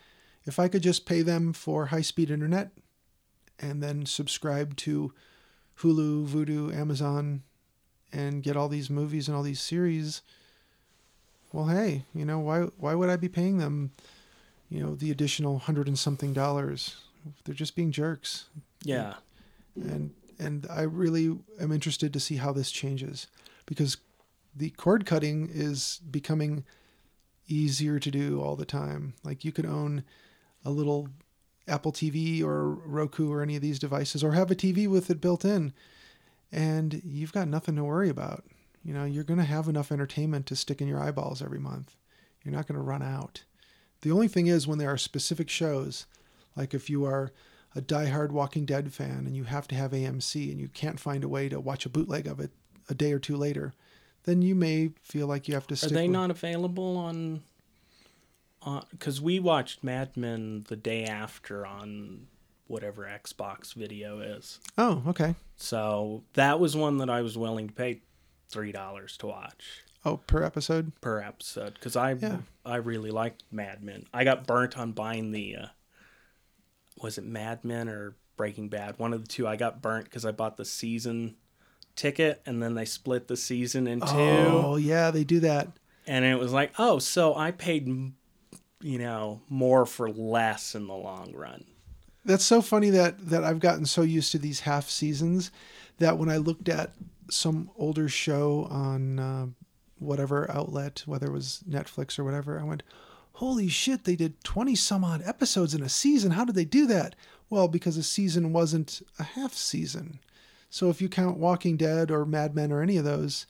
if I could just pay them for high speed internet, and then subscribe to Hulu, Vudu, Amazon, and get all these movies and all these series. Well, hey, you know why? Why would I be paying them? You know the additional hundred and something dollars. They're just being jerks,
yeah,
and and I really am interested to see how this changes because the cord cutting is becoming easier to do all the time. Like you could own a little Apple TV or Roku or any of these devices or have a TV with it built in and you've got nothing to worry about. You know, you're going to have enough entertainment to stick in your eyeballs every month. You're not going to run out. The only thing is when there are specific shows, like if you are a diehard Walking Dead fan and you have to have AMC and you can't find a way to watch a bootleg of it a day or two later, then you may feel like you have to
are
stick
they
with-
not available on? Because we watched Mad Men the day after on whatever Xbox video is,
Oh, okay.
so that was one that I was willing to pay three dollars to watch.
Oh, per episode.
per episode because I
Yeah.
I really liked Mad Men. I got burnt on buying the uh, was it Mad Men or Breaking Bad? One of the two. I got burnt because I bought the season ticket and then they split the season in two,
Oh, yeah, they do that.
and it was like, oh, so I paid m- you know more for less in the long run.
That's so funny that that I've gotten so used to these half seasons that when I looked at some older show on uh, whatever outlet, whether it was Netflix or whatever, I went, "Holy shit! They did twenty some odd episodes in a season. How did they do that?" Well, because a season wasn't a half season. So if you count Walking Dead or Mad Men or any of those,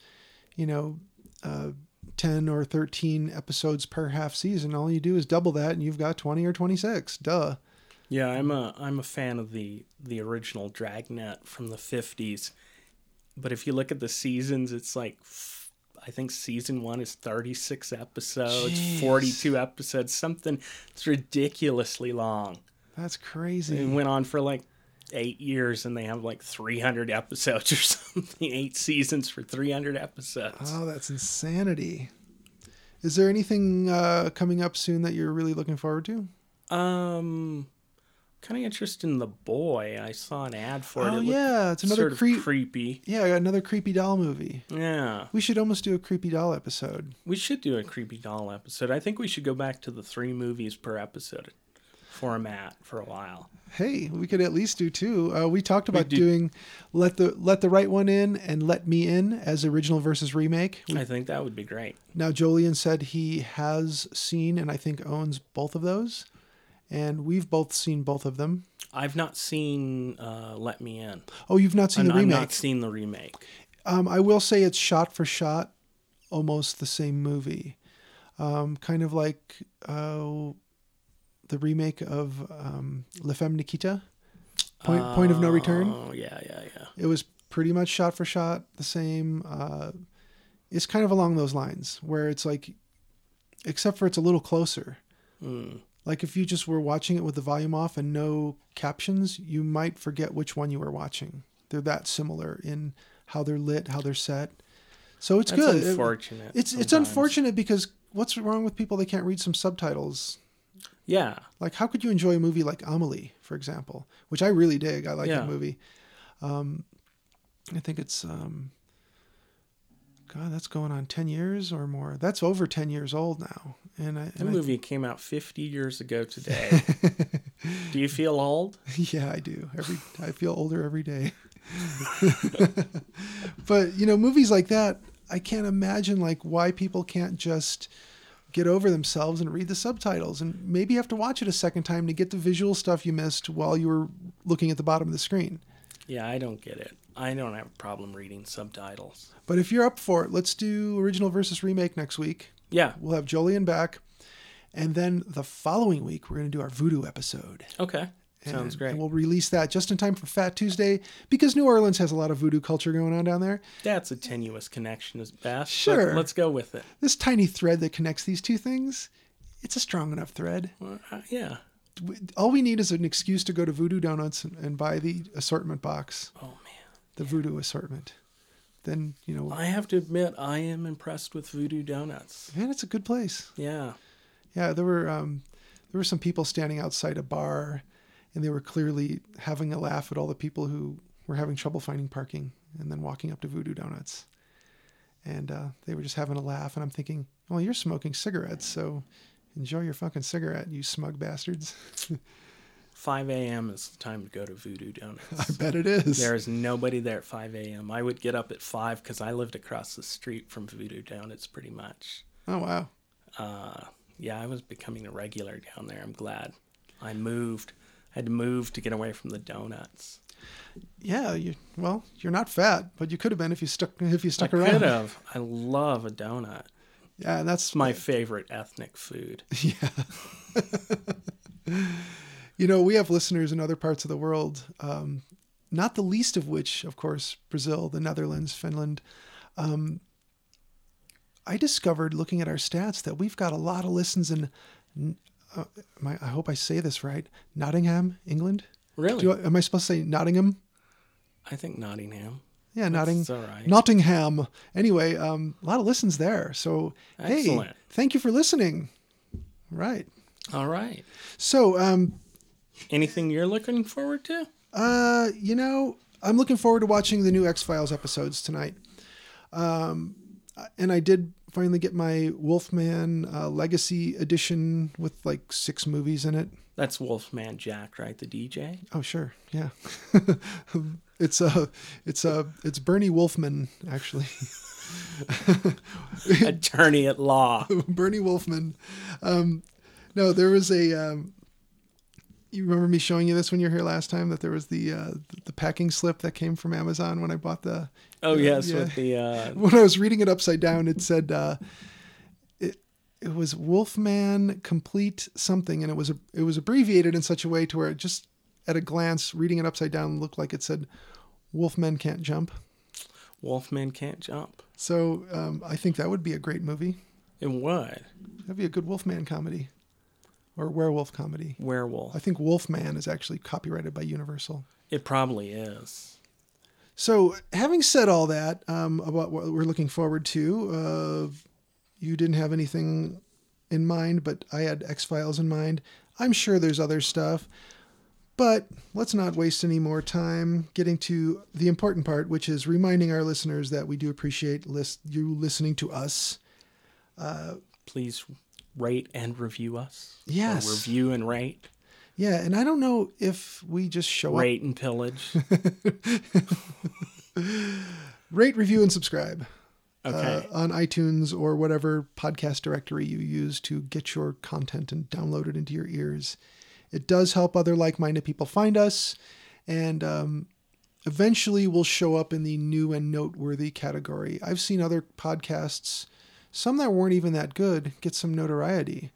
you know, uh, ten or thirteen episodes per half season, all you do is double that, and you've got twenty or twenty six. Duh.
Yeah, I'm a I'm a fan of the the original Dragnet from the 50s. But if you look at the seasons, it's like f- I think season 1 is 36 episodes, 42 episodes, something it's ridiculously long.
That's crazy.
It went on for like 8 years and they have like 300 episodes or something, 8 seasons for 300 episodes.
Oh, that's insanity. Is there anything uh, coming up soon that you're really looking forward to?
Um kind of interested in the boy. I saw an ad for it.
Oh
it
yeah, it's another
sort of
creep.
creepy.
yeah, another creepy doll movie.
Yeah.
We should almost do a creepy doll episode.
We should do a creepy doll episode. I think we should go back to the three movies per episode format for a while.
Hey, we could at least do two. Uh, we talked about
do-
doing let the let the right one in and let me in as original versus remake. We-
I think that would be great.
Now Jolien said he has seen and I think owns both of those, and we've both seen both of them.
I've not seen uh, Let Me In.
Oh, you've not seen
And
the
I've
remake.
not seen the remake.
Um, I will say it's shot for shot, almost the same movie. Um, kind of like uh, the remake of um, Le Femme Nikita, Point, Point of No Return.
Oh yeah, yeah, yeah.
It was pretty much shot for shot the same. Uh, it's kind of along those lines where it's like, except for it's a little closer.
Mm.
Like if you just were watching it with the volume off and no captions, you might forget which one you were watching. They're that similar in how they're lit, how they're set. So it's
That's
good. It-
unfortunate.
it's it's
sometimes.
unfortunate because what's wrong with people that can't read some subtitles?
Yeah,
Like how could you enjoy a movie like Amelie, for example, which I really dig. I like
Yeah.
that movie. Um, I think it's um, God, that's going on ten years or more. That's over ten years old now, and I,
the
and I-
movie came out 50 years ago today. Do you feel old?
Yeah, I do. Every I feel older every day. but you know, movies like that, I can't imagine like why people can't just get over themselves and read the subtitles and maybe have to watch it a second time to get the visual stuff you missed while you were looking at the bottom of the screen.
Yeah, I don't get it. I don't have a problem reading subtitles.
But if you're up for it, let's do original versus remake next week.
Yeah.
We'll have Jolien back. And then the following week, we're going to do our voodoo episode.
Okay. Sounds
and-
great.
And we'll release that just in time for Fat Tuesday because New Orleans has a lot of voodoo culture going on down there.
That's a tenuous connection as best. but
Sure.
Let's go with it.
This tiny thread that connects these two things, it's a strong enough thread.
Well, uh, yeah.
We- All we need is an excuse to go to Voodoo Donuts and, and buy the assortment box,
Oh man.
the voodoo assortment. Then, you know,
I have to admit I am impressed with Voodoo Donuts.
man, it's a good place.
Yeah.
Yeah, there were um, there were some people standing outside a bar, and they were clearly having a laugh at all the people who were having trouble finding parking and then walking up to Voodoo Donuts, and uh, they were just having a laugh. And I'm thinking, well, you're smoking cigarettes, so enjoy your fucking cigarette, you smug bastards.
5 a.m. is the time to go to Voodoo
I
Donuts.
bet it is.
There is nobody there at 5 a.m. I would get up at 5 because I lived across the street from Voodoo Donuts pretty much.
Oh wow.
uh, yeah, I was becoming a regular down there. I'm glad I moved. I had to move to get away from the donuts.
Yeah. You well, you're not fat, but you could have been if you stuck if you stuck
I
around.
could have. I love a donut.
Yeah, and that's
It's my favorite ethnic food.
Yeah. you know, we have listeners in other parts of the world, um, not the least of which, of course, Brazil, the Netherlands, Finland. Um, I discovered looking at our stats that we've got a lot of listens in. Uh, my, I hope I say this right. Nottingham, England.
Really?
Do I, am I supposed to say Nottingham?
I think Nottingham.
Yeah, Notting,
It's all right.
Nottingham. Anyway, um, a lot of listens there. So, hey,
Excellent.
thank you for listening. Right.
all right.
So, um,
Anything you're looking forward to?
Uh, you know, I'm looking forward to watching the new X Files episodes tonight. Um, and I did finally get my Wolfman uh, Legacy edition with like six movies in it.
That's Wolfman Jack, right? The DJ.
Oh, sure, yeah. it's uh, it's uh, it's Bernie Wolfman actually.
Attorney at law.
Bernie Wolfman. Um, no, there was a. Um, you remember me showing you this when you were here last time that there was the uh, the packing slip that came from Amazon when I bought the
Oh yes,
yeah.
with the uh,
when I was reading it upside down, it said uh, it it was Wolfman complete something, and it was a, it was abbreviated in such a way to where it just at a glance, reading it upside down, looked like it said Wolfman can't jump.
Wolfman can't jump.
So um, I think that would be a great movie.
And what?
That'd be a good Wolfman comedy, or werewolf comedy. I
Werewolf.
think Wolfman is actually copyrighted by Universal.
It probably is.
So, having said all that um, about what we're looking forward to, uh, you didn't have anything in mind, but I had X Files in mind. I'm sure there's other stuff, but let's not waste any more time getting to the important part, which is reminding our listeners that we do appreciate lis- you listening to us.
Please rate and review us. Or
Yes.
review and rate.
Yeah, and I don't know if we just show up.
Rate and pillage.
Rate, review, and subscribe.
Okay.
uh, on iTunes or whatever podcast directory you use to get your content and download it into your ears. It does help other like minded people find us. And um, eventually will show up in the new and noteworthy category. I've seen other podcasts, some that weren't even that good, get some notoriety.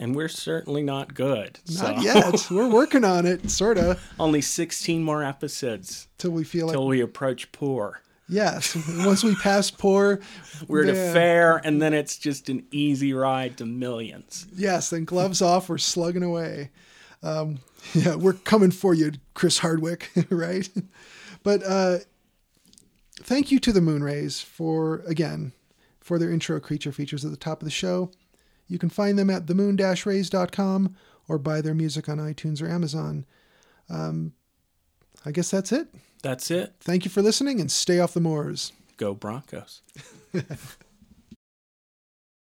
And we're certainly not good.
Not
so.
yet. We're working on it, sort of,
Only 16 more episodes
till we feel like
till we approach poor.
yes. Once we pass poor,
We're at
man,
a fair, and then it's just an easy ride to millions.
Yes, then gloves off. We're slugging away. Um, yeah, we're coming for you, Chris Hardwick. right, but uh, thank you to the Moonrays for again for their intro creature features at the top of the show. You can find them at themoon-rays.com or buy their music on iTunes or Amazon. Um, I guess that's it.
That's it.
Thank you for listening and stay off the moors.
Go Broncos.